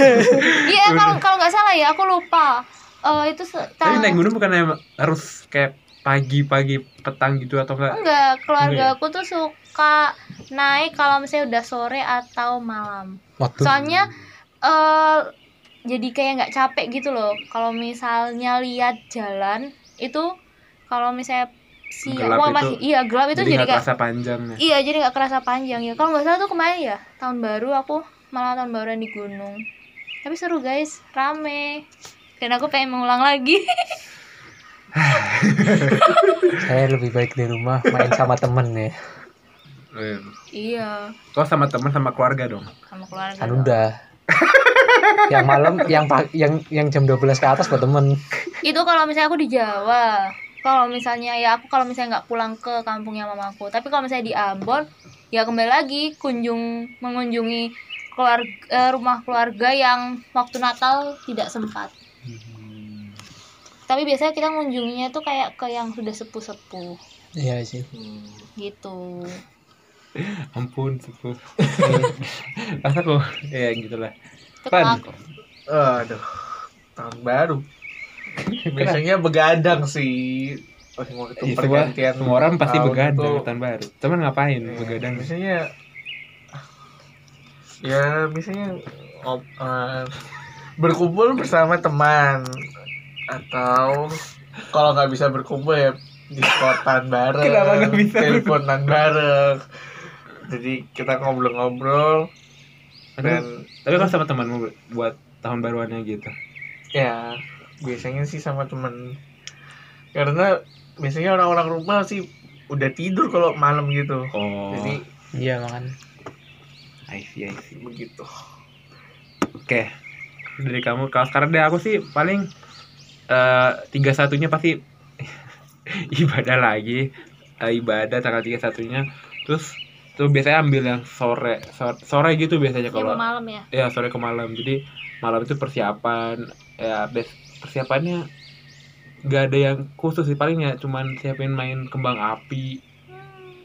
D: Iya kalau kalau nggak salah ya aku lupa. Eh, itu se-
B: tapi
D: tang-
B: naik gunung bukan emang harus kayak pagi-pagi petang gitu atau enggak ya?
D: enggak keluarga aku tuh suka naik kalau misalnya udah sore atau malam.
C: waktu
D: Soalnya eh jadi kayak nggak capek gitu loh. Kalau misalnya lihat jalan itu kalau misalnya siang,
B: Gelap
D: wah
B: itu-
D: masih iya gelap itu jadi,
B: jadi nggak
D: kayak
B: terasa panjangnya
D: iya jadi nggak kerasa panjang ya. Kalau nggak salah tuh kemarin ya tahun baru aku malah tahun baruan di gunung. Tapi seru guys, rame. Dan aku pengen mengulang lagi. *laughs*
C: saya lebih baik di rumah main sama temen ya
B: Oh, iya.
D: iya,
B: Kau sama teman sama keluarga dong.
D: sama keluarga.
C: kan udah yang malam yang pa- yang yang jam 12 ke atas buat temen
D: itu kalau misalnya aku di Jawa kalau misalnya ya aku kalau misalnya nggak pulang ke kampungnya mamaku tapi kalau misalnya di Ambon ya kembali lagi kunjung mengunjungi keluarga rumah keluarga yang waktu Natal tidak sempat tapi biasanya kita mengunjunginya tuh kayak ke yang sudah sepuh-sepuh
C: iya sih
D: gitu
B: ampun sepuh
A: *laughs*
B: aku ya gitulah Pan. Iya,
D: Ketua aku.
A: Iya, Hmm. Aduh, tahun baru. Biasanya begadang sih. Oh, semua itu
B: Iya, semua,
A: pergantian
B: semua orang pasti
A: tahun
B: begadang
A: itu.
B: tahun baru teman ngapain
A: Iya,
B: begadang
A: Biasanya ya biasanya ngop- eh, berkumpul bersama teman atau kalau nggak bisa berkumpul ya diskotan bareng,
B: Kenapa nggak bisa?
A: teleponan bareng. Jadi kita ngobrol-ngobrol
B: tapi,
A: dan
B: tapi kalau sama temanmu buat tahun baruannya gitu
A: ya biasanya sih sama temen karena biasanya orang-orang rumah sih udah tidur kalau malam gitu
B: oh
A: jadi
C: Iya makan.
B: I see I see
A: begitu
B: Oke. Dari kamu kalau sekarang deh aku sih paling eh tiga satunya pasti *laughs* ibadah lagi. Eh, ibadah tanggal tiga satunya. Terus tuh biasanya ambil yang sore sore, sore gitu biasanya
D: Kalau
B: kalau
D: malam ya.
B: ya sore ke malam. Jadi malam itu persiapan ya bes- persiapannya nggak ada yang khusus sih palingnya cuman siapin main kembang api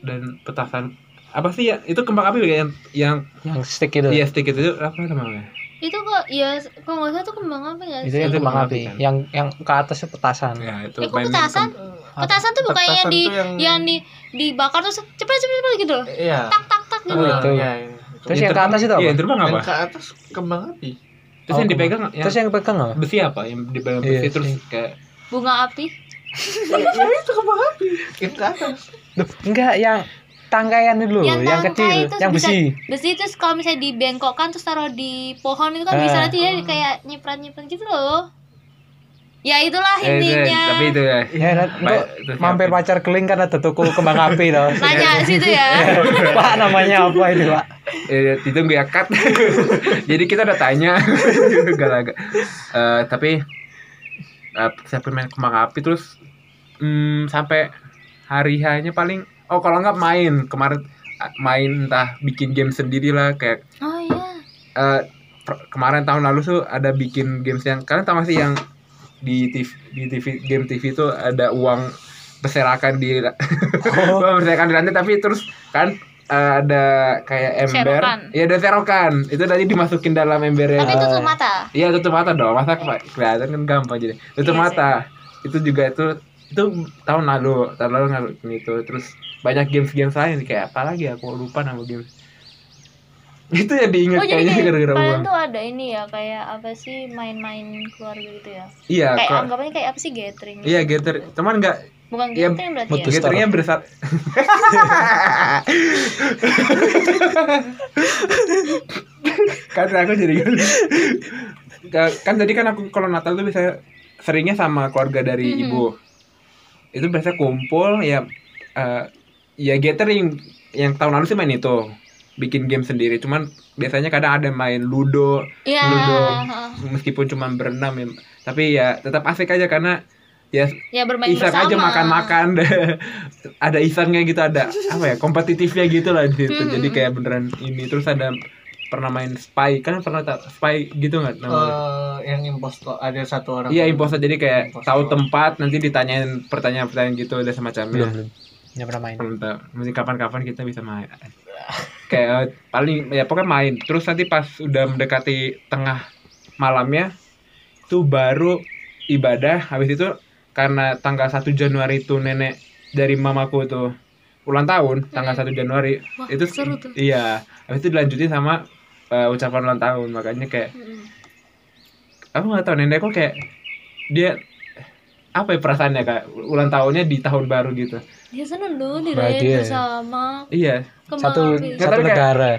B: dan petasan apa sih ya itu kembang api yang yang
C: Yang stick itu.
B: iya stick itu apa namanya
D: Itu kok ya kalau nggak salah tuh kembang apa ya?
C: Itu Iya. yang
B: Itu
C: kembang
B: kembang
C: api.
B: api, kan?
C: Yang yang ke atas itu petasan.
B: ya itu
D: Eh, kok
B: main- main
D: petasan? Petasan tuh bukannya
A: Petasan
D: di
A: tuh yang,
D: yang di dibakar terus cepet cepet cepet gitu loh.
A: iya
D: Tak tak tak gitu.
C: Oh,
A: Ah,
C: itu.
A: iya, iya.
C: Terus yang ke atas
B: Iya,
C: itu apa?
B: yang terbang apa?
A: yang ke atas kembang api
B: Terus
C: Oh,
B: yang
C: kembang.
B: dipegang yang
C: Terus yang pegang apa?
B: besi apa? Yang dipegang
C: Iya,
B: besi terus
C: sih.
B: kayak
D: Bunga api.
A: ya itu kembang api yang ke atas
C: Duh, enggak yang tangkaian dulu, yang,
D: tangkai
C: kecil,
D: terus
C: yang
D: bisa-
C: besi.
D: Besi terus kalau misalnya dibengkokkan terus taruh di pohon itu kan bisa
C: Ah.
D: nanti ya kayak nyiprat nyiprat gitu loh. Ya itulah
B: Eh, itu,
D: intinya.
B: tapi itu ya.
C: Ya,
B: Baik,
C: untuk
B: terus
C: mampir
B: siapin.
C: pacar keling kan ada toko kembang api loh.
D: Nanya situ
B: *laughs*
D: ya.
C: *laughs* Pak namanya apa ini Pak?
B: Eh, itu gue ya, cut. *laughs* Jadi kita udah tanya. *laughs* Gak lah, gak. Eh, tapi eh siapa main kembang api terus hmm, sampai hari hanya paling oh kalau nggak main kemarin ah, main entah bikin game sendiri lah kayak
D: Oh iya.
B: eh, per- kemarin tahun lalu tuh ada bikin games yang kalian tahu nggak sih yang di TV, di TV game TV itu ada uang berserakan di *laughs* uang berserakan di lantai tapi terus kan eh, ada kayak ember
D: Serokan.
B: ya ada serokan itu tadi dimasukin dalam ember yang
D: Tapi tutup mata.
B: iya tutup mata dong masa ke- kelihatan kan gampang jadi tutup
D: Iya sih.
B: mata itu juga itu itu tahun lalu tahun lalu ngaruh itu terus banyak games-games lain kayak apa lagi ya? aku lupa nama games *laughs* itu ya diingat
D: Oh jadi
B: kayaknya
D: kayak
B: gara-gara uang
D: kalian tuh ada ini ya kayak apa sih main-main keluarga gitu ya?
B: Iya,
D: Kayak
B: kok.
D: anggapannya kayak apa sih gathering?
B: Iya, gather. Cuman enggak
D: Bukan
B: Iya,
D: gathering berarti
C: putus.
D: ya?
B: gatheringnya bersat. kan aku jadi Ka- kan tadi kan aku kalau Natal tuh bisa seringnya sama keluarga dari
D: Mhm.
B: ibu. Itu biasanya kumpul ya eh, ya gathering yang tahun lalu sih main itu bikin game sendiri cuman biasanya kadang ada main ludo
D: Iya.
B: Ludo.
D: heeh.
B: meskipun cuma berenam ya. tapi ya tetap asik aja karena ya
D: Ya bermain
B: iseng
D: bersama.
B: aja makan-makan *laughs* ada isengnya gitu ada apa ya kompetitifnya gitu lah di situ jadi kayak beneran ini terus ada pernah main spy kan pernah tak spy gitu nggak namanya
A: Eh, yang impostor ada satu orang
B: iya imposter jadi kayak
A: Imposter.
B: tahu tempat nanti ditanyain pertanyaan-pertanyaan gitu dan
C: Belum,
B: semacamnya
C: belum. Nggak pernah main.
B: belum tahu mesti kapan-kapan kita bisa main kayak eh, paling ya pokoknya main terus nanti pas udah mendekati tengah malamnya itu baru ibadah habis itu karena tanggal 1 Januari itu nenek dari mamaku tuh ulang tahun tanggal 1 Januari
D: Hmm. Wah,
B: itu
D: seru tuh.
B: iya habis itu dilanjutin sama eh, ucapan ulang tahun makanya kayak
D: Mm-mm.
B: aku nggak tahu nenekku kayak dia apa ya perasaannya kayak ulang tahunnya di tahun baru gitu
D: Ya seneng dulu
C: Berarti
D: dirayain
C: ya.
D: bersama
B: iya
D: kembang
C: Satu
D: api.
B: Nggak,
C: satu
B: tapi kayak-
C: negara.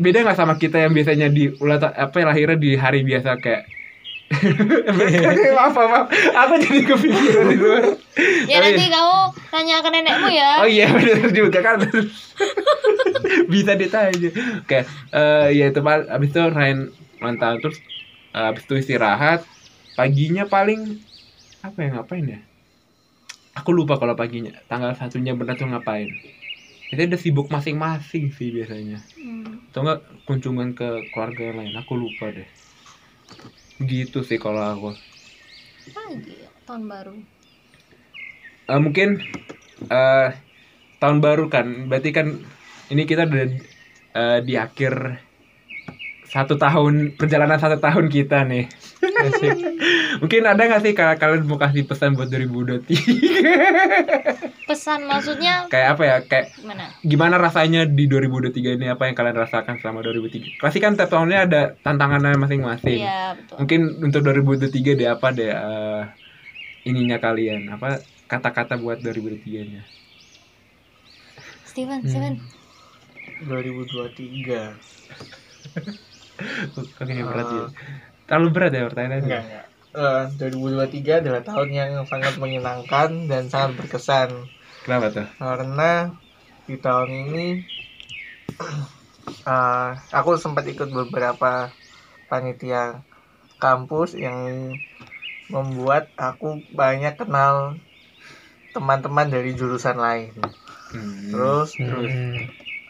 B: beda nggak sama kita yang biasanya di ulang ta- apa ya, lahirnya di hari biasa kayak *laughs* maaf maaf, maaf aku jadi kepikiran di luar
D: Ya
B: Tapi-
D: nanti kamu tanya ke nenekmu ya.
B: Oh iya *laughs* benar juga kan. Bisa ditanya. Oke, eh, ya itu pal- abis itu Ryan ulang tahun terus eh, abis itu istirahat. Paginya paling apa ya ngapain ya? Aku lupa kalau paginya tanggal satunya benar tuh ngapain. Biasanya udah sibuk masing-masing sih biasanya.
D: Hmm.
B: Atau enggak kunjungan ke keluarga yang lain. Aku lupa deh. Gitu sih kalau aku.
D: Apa lagi ya? Tahun baru.
B: Eh, mungkin eh tahun baru kan berarti kan ini kita udah eh, di akhir satu tahun perjalanan satu tahun kita nih. *laughs* Mungkin ada nggak sih kalau kalian mau kasih pesan buat 2023?
D: Pesan maksudnya
B: *laughs* kayak apa ya? Kayak
D: gimana?
B: gimana rasanya di 2023 ini apa yang kalian rasakan selama 2003 pasti kan tiap tahunnya ada tantangannya masing-masing
D: Iya, betul.
B: mungkin untuk 2023 deh apa deh eh, ininya kalian apa kata-kata buat 2023 nya
D: Steven,
B: Hmm.
D: Steven.
A: 2023
B: oke berat ya terlalu berat ya pertanyaannya
A: enggak enggak Eh, 2023 adalah tahun yang sangat menyenangkan dan sangat berkesan
B: kenapa tuh
A: karena di tahun ini *clears throat* eh, aku sempat ikut beberapa panitia kampus yang membuat aku banyak kenal teman-teman dari jurusan lain.
B: Hmm.
A: Terus terus
C: Hmm.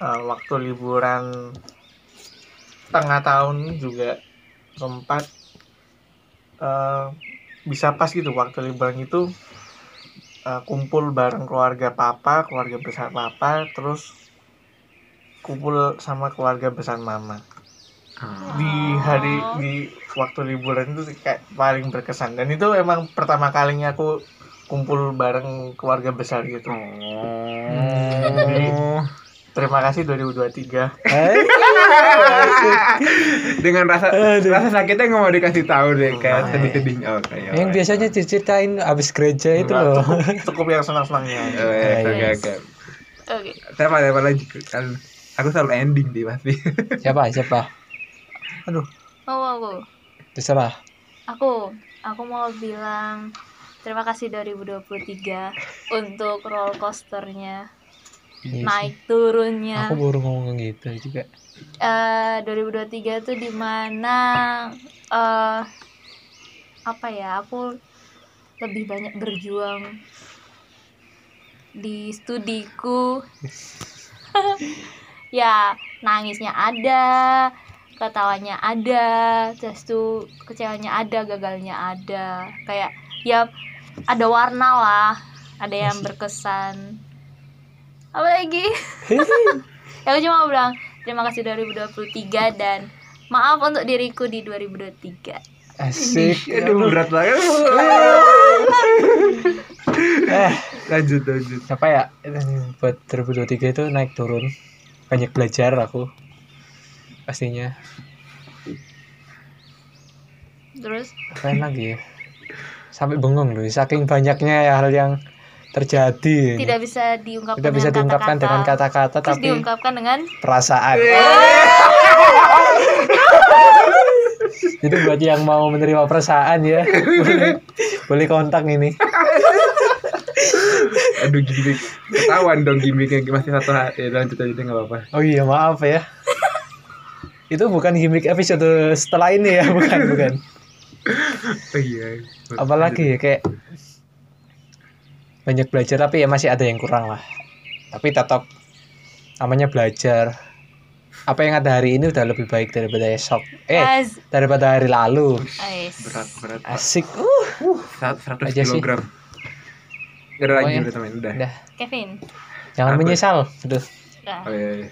A: eh, waktu liburan tengah tahun juga sempat eh, bisa pas gitu waktu liburan itu eh, kumpul bareng keluarga papa, keluarga besar papa, terus kumpul sama keluarga besar mama.
B: Ah.
A: Di hari di waktu liburan itu kayak paling berkesan dan itu emang pertama kalinya aku kumpul bareng keluarga besar gitu.
B: Oh.
A: Terima kasih 2023.
C: Eh,
B: dengan rasa rasa sakitnya nggak mau dikasih tahu deh kayak
A: Nah.
B: sedih-sedih oh, kayak-
C: yang biasanya diceritain abis gereja Ya, itu
A: Enggak,
C: loh.
A: Cukup, cukup yang
C: *laughs*
A: senang-senangnya. aja.
B: Oh, iya, oke
D: Yes.
B: oke
D: Oke.
B: Siapa siapa lagi? Kan Aku selalu ending di pasti.
C: siapa siapa?
A: Aduh,
D: Mau aku.
C: Terserah.
D: Oh, Aku, aku mau bilang terima kasih 2023 untuk roller coasternya
C: Iya sih.
D: naik turunnya.
C: Aku baru ngomong gitu juga.
D: eh 2023 tuh dimana eh apa ya aku lebih banyak berjuang di studiku *laughs* ya nangisnya ada ketawanya ada terus tuh kecewanya ada gagalnya ada kayak ya ada warna lah ada yang berkesan apa lagi ya aku cuma mau bilang terima kasih 2023 dan maaf untuk diriku di 2023
C: Asik.
B: Aduh berat banget. lanjut lanjut.
C: apa Eh, ya eh, buat 2023 itu naik turun banyak belajar aku pastinya
D: terus
C: keren lagi ya sampai bengong loh saking banyaknya hal yang terjadi
D: tidak bisa diungkapkan
C: Tidak bisa
D: dengan
C: diungkapkan
D: kata-kata.
C: dengan kata-kata
D: terus
C: tapi
D: diungkapkan dengan
C: perasaan jadi buat yang mau menerima perasaan ya boleh, boleh kontak ini
B: Aduh gimmick. Ketahuan dong gimmicknya masih satu hari. Ya, lanjut aja deh nggak apa-apa.
C: oh iya maaf ya itu bukan gimmick episode setelah ini ya bukan bukan
B: Oh, iya.
C: apalagi ya kayak banyak belajar tapi ya masih ada yang kurang lah tapi tetap namanya belajar apa yang ada hari ini udah lebih baik daripada esok eh
D: as
C: daripada hari lalu
D: as
B: Berat berat.
C: asik uh
B: Eh, Seratus
C: Aja sih.
B: kilogram. Gak ada lagi
C: Pokoknya.
B: udah temen udah.
C: udah
D: Kevin
C: jangan
B: Apa?
C: menyesal udah
D: Nah,
B: Oh, iya, iya.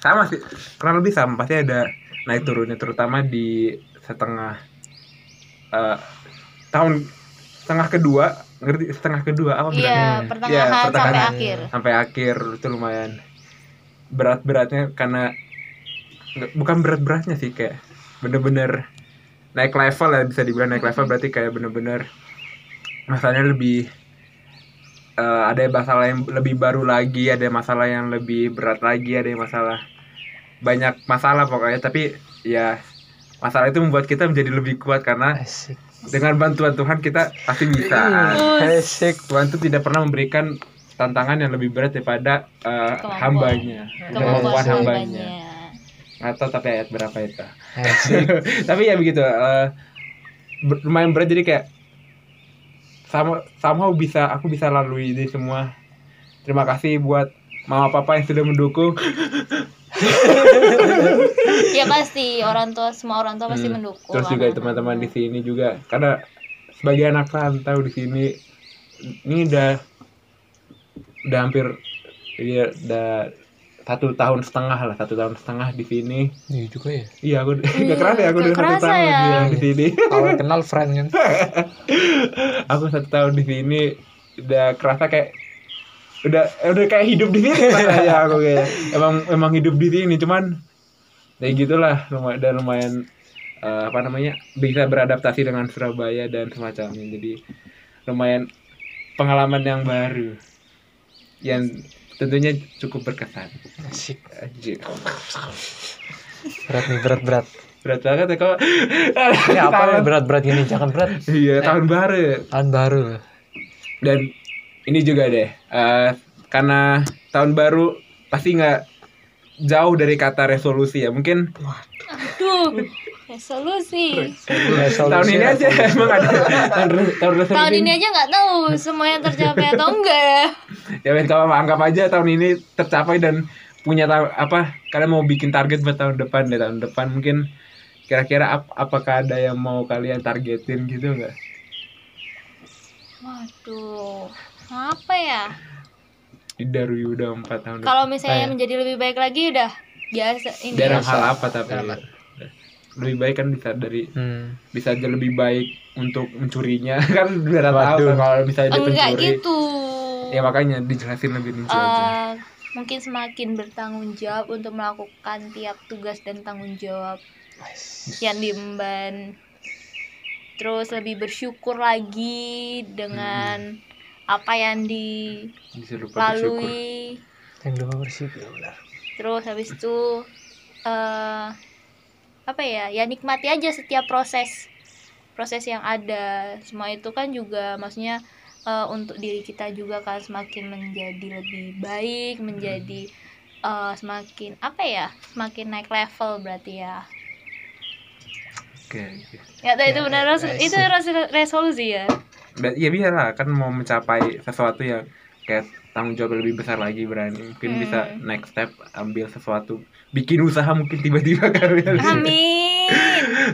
B: Sama sih. Kurang lebih sama pasti ada naik turunnya terutama di setengah eh, tahun setengah kedua ngerti setengah kedua apa
C: Hmm.
B: bilangnya?
D: iya pertengahan
B: Oh,
D: sampai
B: pertengahan. Iya.
D: akhir
B: sampai akhir itu lumayan berat-beratnya karena nggak- bukan berat-beratnya sih kayak bener-bener naik level ya bisa dibilang naik level berarti kayak bener-bener masalahnya lebih eh, ada masalah yang lebih baru lagi ada masalah yang lebih berat lagi ada yang masalah banyak masalah pokoknya tapi ya masalah itu membuat kita menjadi lebih kuat karena
C: asik
B: dengan bantuan Tuhan kita pasti bisa
C: Iya. asik
B: Tuhan itu tidak pernah memberikan tantangan yang lebih berat daripada uh,
D: Kemampuan.
B: hambanya,
D: kemampuan
B: kemampuan
D: hambanya
B: hambanya. Nggak tahu tapi ayat berapa itu.
C: asik
B: tapi ya begitu. uh, ber- lumayan berat jadi kayak sama somehow bisa aku bisa lalui ini semua. Terima kasih buat mama papa yang sudah mendukung.
D: ya pasti orang tua semua orang tua pasti
B: Hmm.
D: mendukung
B: Terus juga
D: anak-anak.
B: teman-teman di sini juga karena sebagai anak rantau di sini ini iya, udah udah hampir ya udah satu tahun setengah lah satu tahun setengah di sini
C: Iya juga ya.
B: iya aku *laughs*
D: Iya,
B: gak kerasa ya aku
D: nggak
B: udah satu
D: kerasa
B: tahun
D: ya.
B: iya, di sini
C: Awal kenal friend kan.
B: aku satu tahun di sini udah kerasa kayak udah eh, udah kayak hidup di sini ya aku kayak emang emang hidup di sini cuman ya gitulah lumayan dan lumayan eh, apa namanya bisa beradaptasi dengan Surabaya dan semacamnya jadi lumayan pengalaman yang baru yang tentunya cukup berkesan
C: Asik.
B: Anjir.
C: Berat nih berat berat.
B: berat banget ya kok
C: Ini apa ya? nih berat berat gini jangan berat.
B: iya tahun baru ya.
C: Tahun baru. loh.
B: dan ini juga deh eh, karena tahun baru pasti nggak jauh dari kata resolusi ya mungkin
D: Duh, resolusi.
B: tahun
C: Resolusi
B: ini
C: lah.
B: aja emang ada ya, *laughs* tahun, re- tahun resolusi
D: Tahun ini aja nggak tahu semuanya tercapai atau enggak
B: *laughs* ya
D: ya.
B: wes kalau anggap aja tahun ini tercapai dan punya ta- apa kalian mau bikin target buat tahun depan deh tahun depan mungkin kira-kira ap- apakah ada yang mau kalian targetin gitu nggak
D: Waduh, apa ya?
B: dari udah empat tahun depan
D: Kalau misalnya menjadi lebih baik lagi udah biasa ini.
B: dalam
D: ya.
B: hal apa tapi lebih baik kan bisa dari
C: Hmm.
B: bisa aja lebih baik untuk mencurinya *laughs* kan udah tahu
C: Waduh.
B: kan kalau misalnya dia
D: Enggak
B: pencuri
D: gitu.
B: ya makanya dijelasin lebih rinci aja
D: Eh, mungkin semakin bertanggung jawab untuk melakukan tiap tugas dan tanggung jawab yang diemban. Terus lebih bersyukur lagi dengan apa yang
B: bisa lupa bersyukur
D: dilalui.
C: Yang dua bersyukur benar.
D: Terus habis itu eh apa ya? Ya nikmati aja setiap proses. Proses yang ada. Semua itu kan juga maksudnya eh, untuk diri kita juga kan semakin menjadi lebih baik, menjadi
C: Hmm.
D: eh, semakin apa ya? Semakin naik level berarti ya.
B: oke oke.
D: Ya, tadi itu
C: Ya,
D: benar
C: ya,
D: res-
C: ya,
D: itu
C: sih.
D: res- resolusi
C: *laughs*
D: ya.
B: Ba- ya bisa lah kan mau mencapai sesuatu yang kayak tanggung jawab lebih besar lagi berani mungkin
D: Hmm.
B: bisa next step ambil sesuatu bikin usaha mungkin tiba-tiba *laughs* kalian
D: Amin.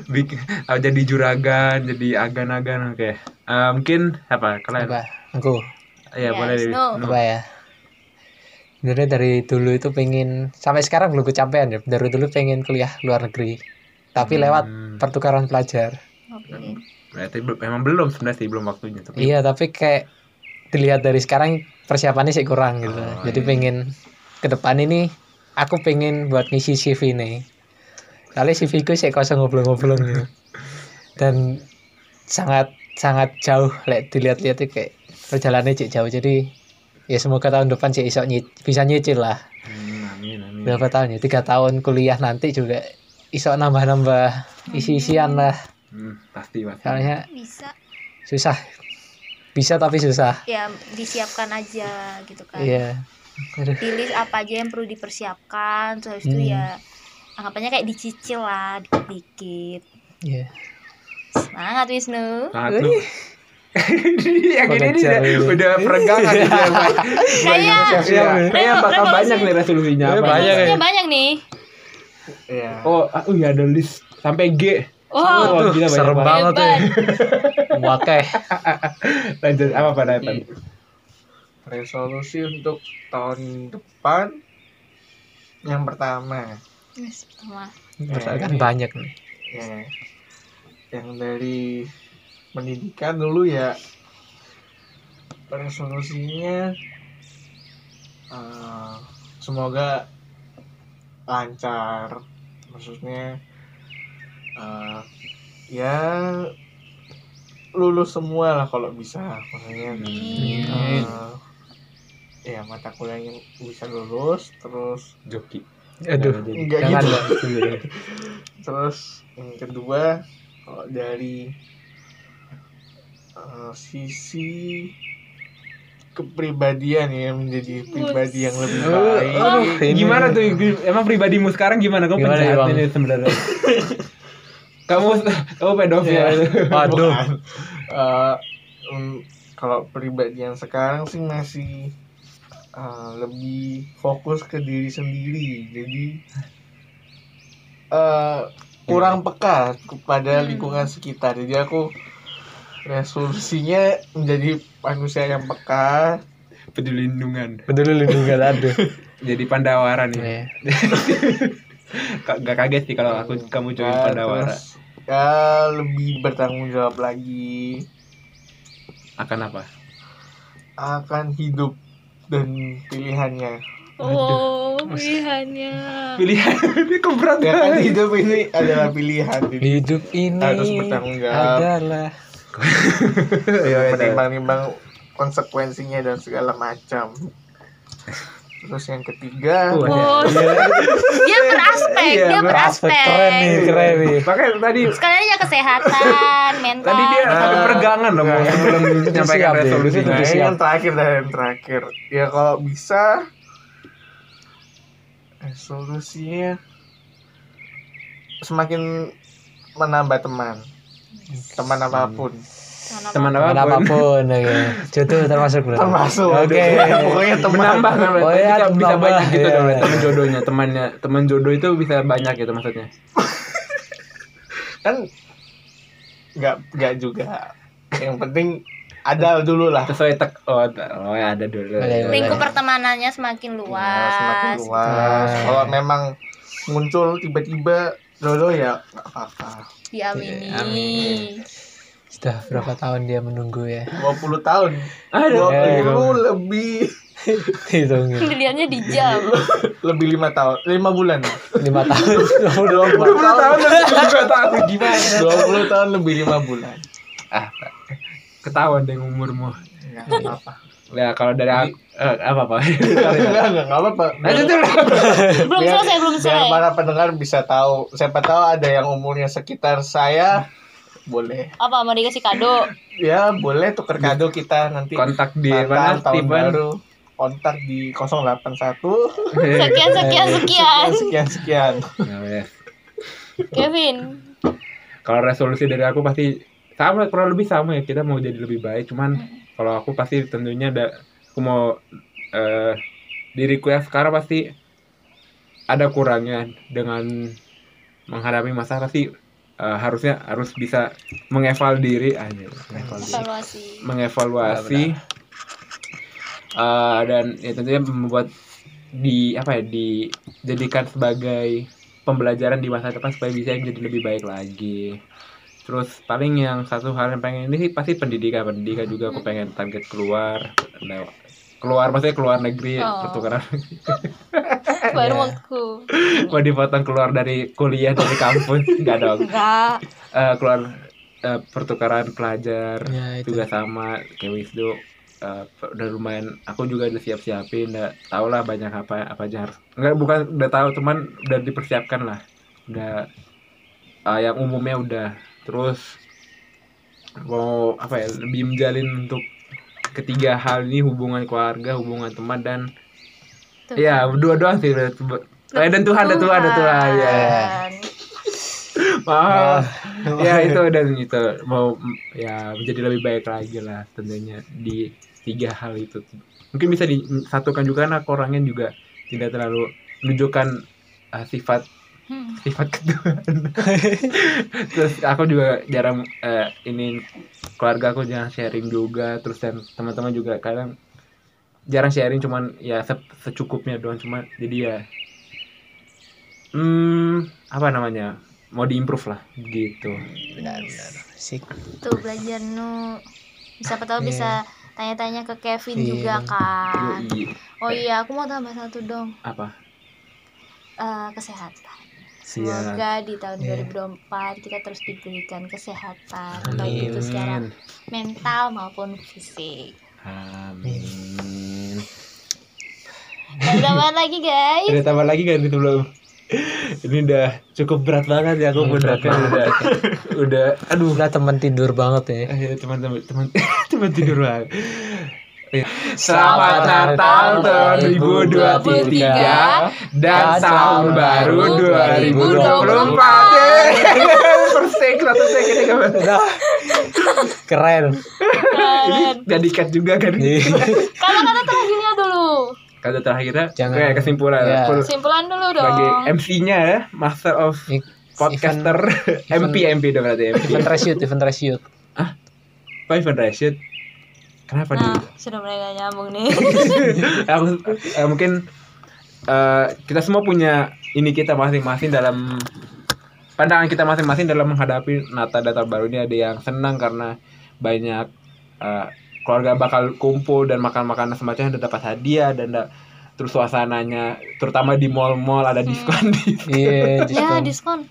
B: bikin ah, jadi juragan jadi agan-agan oke Eh, mungkin apa kalian
C: Apa? Aku.
B: ya
D: Yes,
B: boleh deh.
D: no.
B: No.
C: apa ya sebenarnya dari dulu itu pengen sampai sekarang belum kecapean ya dari dulu pengen kuliah luar negeri tapi lewat
B: Hmm.
C: pertukaran pelajar
D: Oke.
B: berarti be- emang belum sebenarnya sih belum waktunya tapi
C: iya tapi kayak dilihat dari sekarang persiapannya sih kurang gitu
B: Oh,
C: jadi
B: iya.
C: pengen ke depan ini aku pengen buat ngisi CV nih kali CV ku sih kosong ngobrol-ngobrol
B: *laughs*
C: gitu dan sangat sangat jauh lek dilihat-lihat itu kayak perjalanannya cek jauh jadi ya semoga tahun depan sih iso nyi- bisa nyicil lah
B: Hmm, amin amin
C: berapa tahun ya tiga tahun kuliah nanti juga iso nambah-nambah isi-isian lah
B: Hmm, pasti pasti.
C: soalnya
D: Bisa
C: susah bisa tapi susah
D: ya disiapkan aja gitu kan.
C: iya Aduh,
D: pilih apa aja yang perlu dipersiapkan terus habis
C: Hmm.
D: itu ya anggapannya kayak dicicil lah dikit-dikit
C: iya
D: semangat Wisnu
B: Sangat lu. *laughs* yang ini nih udah,
C: Pengejar ini.
B: udah peregangan nih dia, Pak.
D: kayak
B: Iya, Kayaknya
D: Revo-
B: bakal
D: revolusi.
B: banyak nih resolusinya
A: Iya,
B: apa.
A: banyak.
D: banyak banyak nih
A: Iya.
B: Oh, ah, uh, ya ada list sampai G.
D: wow
B: Wah, gila,
C: serem
B: banyak
C: banget ya
D: hebat
C: wakeh
B: Lanjut apa pada apa?
A: Resolusi untuk tahun depan yang pertama
D: Yes, pertama.
C: kan banyak nih
A: ya yang dari pendidikan dulu ya resolusinya eh, semoga lancar maksudnya eh, ya lulus semua lah kalau bisa maksudnya
C: Hmm.
D: Amin.
A: eh, ya mata kuliahnya bisa lulus terus
B: Joki. Nah,
C: aduh
A: enggak
C: Jangan ya.
A: gitu
B: Iya.
A: Terus yang kedua kalau dari eh, sisi kepribadian ya menjadi pribadi yang lebih
B: Oh,
A: baik.
B: aduh,
C: ini-
B: gimana tuh? Emang pribadimu sekarang gimana? Kamu
C: Gimana,
B: penjahat
C: Bang?
B: ini sebenarnya. kamu kamu pedofil.
A: Iya.
C: waduh
A: Bukan. Eh, mm, kalau pribadi yang sekarang sih masih eh, lebih fokus ke diri sendiri. Jadi eh, kurang peka kepada
D: Hmm.
A: lingkungan sekitar. Jadi aku resolusinya menjadi manusia yang peka,
B: peduli lindungan
C: Peduli lindungan aduh.
B: jadi Pandawara nih
C: Iya.
B: Ka- Gak kaget sih kalau aku kamu join
A: Ya,
B: Pandawara
A: terus, ya lebih bertanggung jawab lagi
B: akan apa
A: akan hidup dan pilihannya
D: Oh, pilihannya.
B: pilihan ini kok berat
A: ya kan
B: banget
A: hidup ini adalah pilihan jadi
C: Hidup ini
A: Harus bertanggung jawab.
C: adalah
B: Iya, iya, iya.
A: menimbang-nimbang konsekuensinya dan segala macam terus yang ketiga
B: Wah.
D: Oh, dia beraspek,
B: Iya,
D: dia
C: iya. beraspek.
D: beraspek.
C: Keren nih, keren nih.
B: makanya tadi
D: Sekaliannya kesehatan, mental.
B: tadi dia
A: Ah.
B: sampai peregangan loh mau
A: Iya.
B: sebelum menyampaikan
C: siap deh.
B: resolusinya
A: Nah,
C: Itu
A: ini
C: siap.
A: yang terakhir dan yang terakhir ya kalau bisa resolusinya semakin menambah teman teman apapun
D: Karena
B: teman
C: Teman
B: apa
C: apapun oke. Jodoh termasuk
B: Hmm.
C: berarti.
A: termasuk
C: Oke.
A: *laughs* pokoknya teman
B: menambah kan
C: Oh,
B: berarti
C: iya,
B: bisa, bisa
C: menambah,
B: banyak gitu
C: iya.
B: dong berarti teman jodohnya temannya teman jodoh itu bisa banyak gitu maksudnya
A: kan nggak nggak juga yang penting ada dulu lah
B: sesuai tek oh, t- oh ya ada dulu
C: Ada, ada.
D: lingkup pertemanannya semakin luas.
A: Ya, semakin luas
B: Iya.
C: Nah.
A: kalau memang muncul tiba-tiba jodoh ya nggak apa-apa
D: Diamini.
B: Ya,
D: *laughs*
B: amin.
C: Sudah berapa tahun dia menunggu ya?
A: 20 tahun
B: ada
A: 20
C: Eh,
B: iya.
C: kamu.
A: lebih
C: Hitungin.
D: Dilihatnya di jam.
A: lebih lima tahun lima bulan
C: 5 tahun.
A: 20
B: dua tahun juga tahun gimana
A: 20 tahun lebih lima bulan
B: ah ketahuan deh umurmu
A: nggak apa-apa
B: ya kalau dari aku eh, apa apa
A: nggak nggak apa-apa
B: lanjut dulu
D: belum
A: Biar-
D: selesai, belum
B: ya.
A: biar
D: selesai.
A: para pendengar bisa tahu siapa tahu ada yang umurnya sekitar saya boleh
D: Apa mau dikasih kado?
A: ya boleh tuker kado kita nanti
B: kontak di mana
A: Natal, tahun
B: Steven
A: baru kontak di 081
D: Sekian, sekian, sekian.
A: sekian sekian
B: Nah, wes.
D: Kevin.
B: kalau resolusi dari aku pasti sama kurang lebih sama ya kita mau jadi lebih baik cuman kalau aku pasti tentunya ada aku mau eh, diriku yang sekarang pasti ada kurangnya dengan menghadapi masalah sih eh, harusnya harus bisa mengeval diri aja mengeval diri
D: Evaluasi.
B: mengevaluasi eh, dan ya tentunya membuat di apa ya dijadikan sebagai pembelajaran di masa depan supaya bisa jadi lebih baik lagi terus paling yang satu hal yang pengen ini sih pasti pendidikan pendidikan juga aku pengen target keluar Nah, keluar maksudnya keluar negeri
D: Oh.
B: pertukaran *laughs* Eh,
D: Baru
B: iya.
D: waktu.
B: mau dipotong keluar dari kuliah dari kampus *laughs* nggak dong
D: Enggak.
B: Eh, keluar eh, pertukaran pelajar
C: Ya, itu.
B: juga sama kayak Wisdo eh, udah lumayan aku juga udah siap siapin udah tau lah banyak apa apa aja harus nggak bukan udah tahu cuman udah dipersiapkan lah udah eh, yang umumnya udah terus mau apa ya lebih menjalin untuk ketiga hal ini hubungan keluarga hubungan teman dan
D: Tuh.
B: ya dua doang sih udah- eh, dan Tuhan dan Tuhan dan Tuhan ya maaf ya itu dan itu mau mm, ya menjadi lebih baik lagi lah tentunya di tiga hal itu mungkin bisa disatukan juga karena aku orangnya juga tidak terlalu menunjukkan uh, sifat
D: Hmm.
B: sifat *laughs* ketuaan terus aku juga jarang eh, ini keluarga aku jarang sharing juga terus dan teman-teman juga kadang jarang sharing cuman ya se- secukupnya doang cuma jadi ya hmm apa namanya mau diimprove lah gitu
C: Sik.
D: Tuh belajar nu. Siapa tahu
C: Iya.
D: bisa tanya-tanya ke Kevin
C: Iya.
D: juga kan.
B: Yoi.
D: Oh iya, aku mau tambah satu dong.
B: apa
D: Eh, kesehatan.
B: Siap.
D: Semoga di tahun
C: Iya.
D: 2024 kita terus diberikan kesehatan baik itu secara
B: amin
D: mental maupun
B: *laughs*
D: fisik.
B: amin
D: Dan tambahan lagi guys.
B: ada tambah lagi kan itu belum ini udah cukup berat banget ya aku *laughs* beratnya udah udah aduh
C: Udah teman tidur banget ya.
B: Eh, teman-teman teman *laughs* teman tidur banget. Ya. Selamat Natal tahun 2023 dan tahun baru 2024. Eh, Persik satu second ya, Kak.
C: Udah. Keren. Iya.
D: Keren.
B: Dan dikat juga kan.
D: Kata-kata terakhirnya dulu.
B: Kata terakhirnya
C: Jangan.
B: kayak kesimpulan
C: Ya.
B: Full
D: Simpulan dulu dong.
B: sebagai MC-nya ya, Master of
C: Ik-
B: Podcaster *laughs* MP MP dong berarti MP.
C: Event reshoot, event reshoot.
B: Pak Ivan Rashid Kenapa nih?
D: Nah, sudah mulai gak nyambung nih.
B: *laughs* Aku- eh, mungkin eh, kita semua punya ini kita masing-masing dalam pandangan kita masing-masing dalam menghadapi Natal Natal baru ini ada yang senang karena banyak eh, keluarga bakal kumpul dan makan-makanan semacamnya dan dapat hadiah dan da- terus suasananya terutama di mall-mall ada diskon *laughs*
C: Iya,
D: ya,
C: diskon.
D: diskon.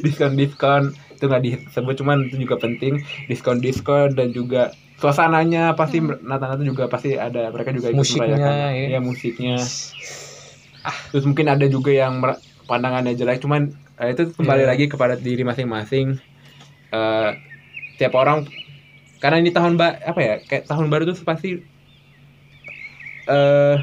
B: diskon diskon itu nggak disebut cuman itu juga penting diskon diskon dan juga suasananya pasti Natal Natal juga pasti ada mereka juga ikut
C: Musiknya,
B: merayakan.
C: ya.
B: ya musiknya terus mungkin ada juga yang mer- pandangannya jelek cuman eh, itu kembali
C: Iya.
B: lagi kepada diri masing-masing Eh, tiap orang karena ini tahun ba apa ya kayak tahun baru tuh pasti eh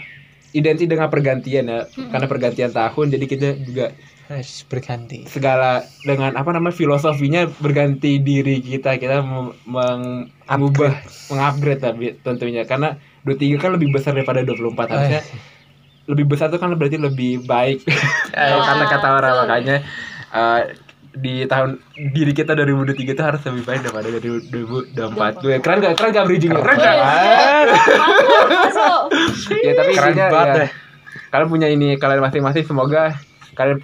B: identik dengan pergantian ya
D: Mm-mm.
B: karena pergantian tahun jadi kita juga
C: Harus berganti.
B: segala dengan apa namanya filosofinya berganti diri kita kita mem- meng- mengubah mengupgrade tapi tentunya karena 23 kan lebih besar daripada 24 harusnya lebih besar itu kan berarti lebih baik *laughs* Eh,
D: Wah,
B: kata-kata orang
D: betul.
B: makanya eh, di tahun diri kita 2023 itu harus lebih baik daripada 2024 gue keren gak keren gak bridging keren
D: Wih,
B: gak
D: Masuk, masuk.
B: ya tapi
A: Keren
B: intinya
A: banget
B: ya,
A: deh.
B: kalian punya ini kalian masing-masing semoga kalian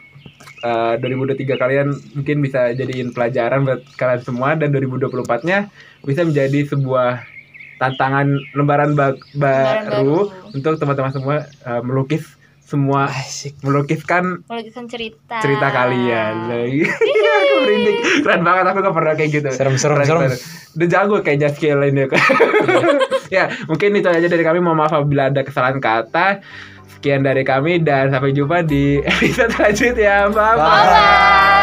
B: eh, 2023 kalian mungkin bisa jadiin pelajaran buat kalian semua dan 2024 nya bisa menjadi sebuah tantangan lembaran ba-
D: Lembaran
B: baru,
D: baru.
B: untuk teman-teman semua eh, melukis semua
C: Asik.
B: melukiskan
D: Melanjutkan cerita.
B: cerita kalian *laughs* Iya, aku merinding keren banget aku gak pernah kayak gitu
C: Serem, serem,
B: Keren,
C: serem.
B: keren. udah jago kayaknya skill ini *laughs* ya mungkin itu aja dari kami mohon maaf apabila ada kesalahan kata *laughs* sekian dari kami dan sampai jumpa di episode selanjutnya bye bye
D: Bye.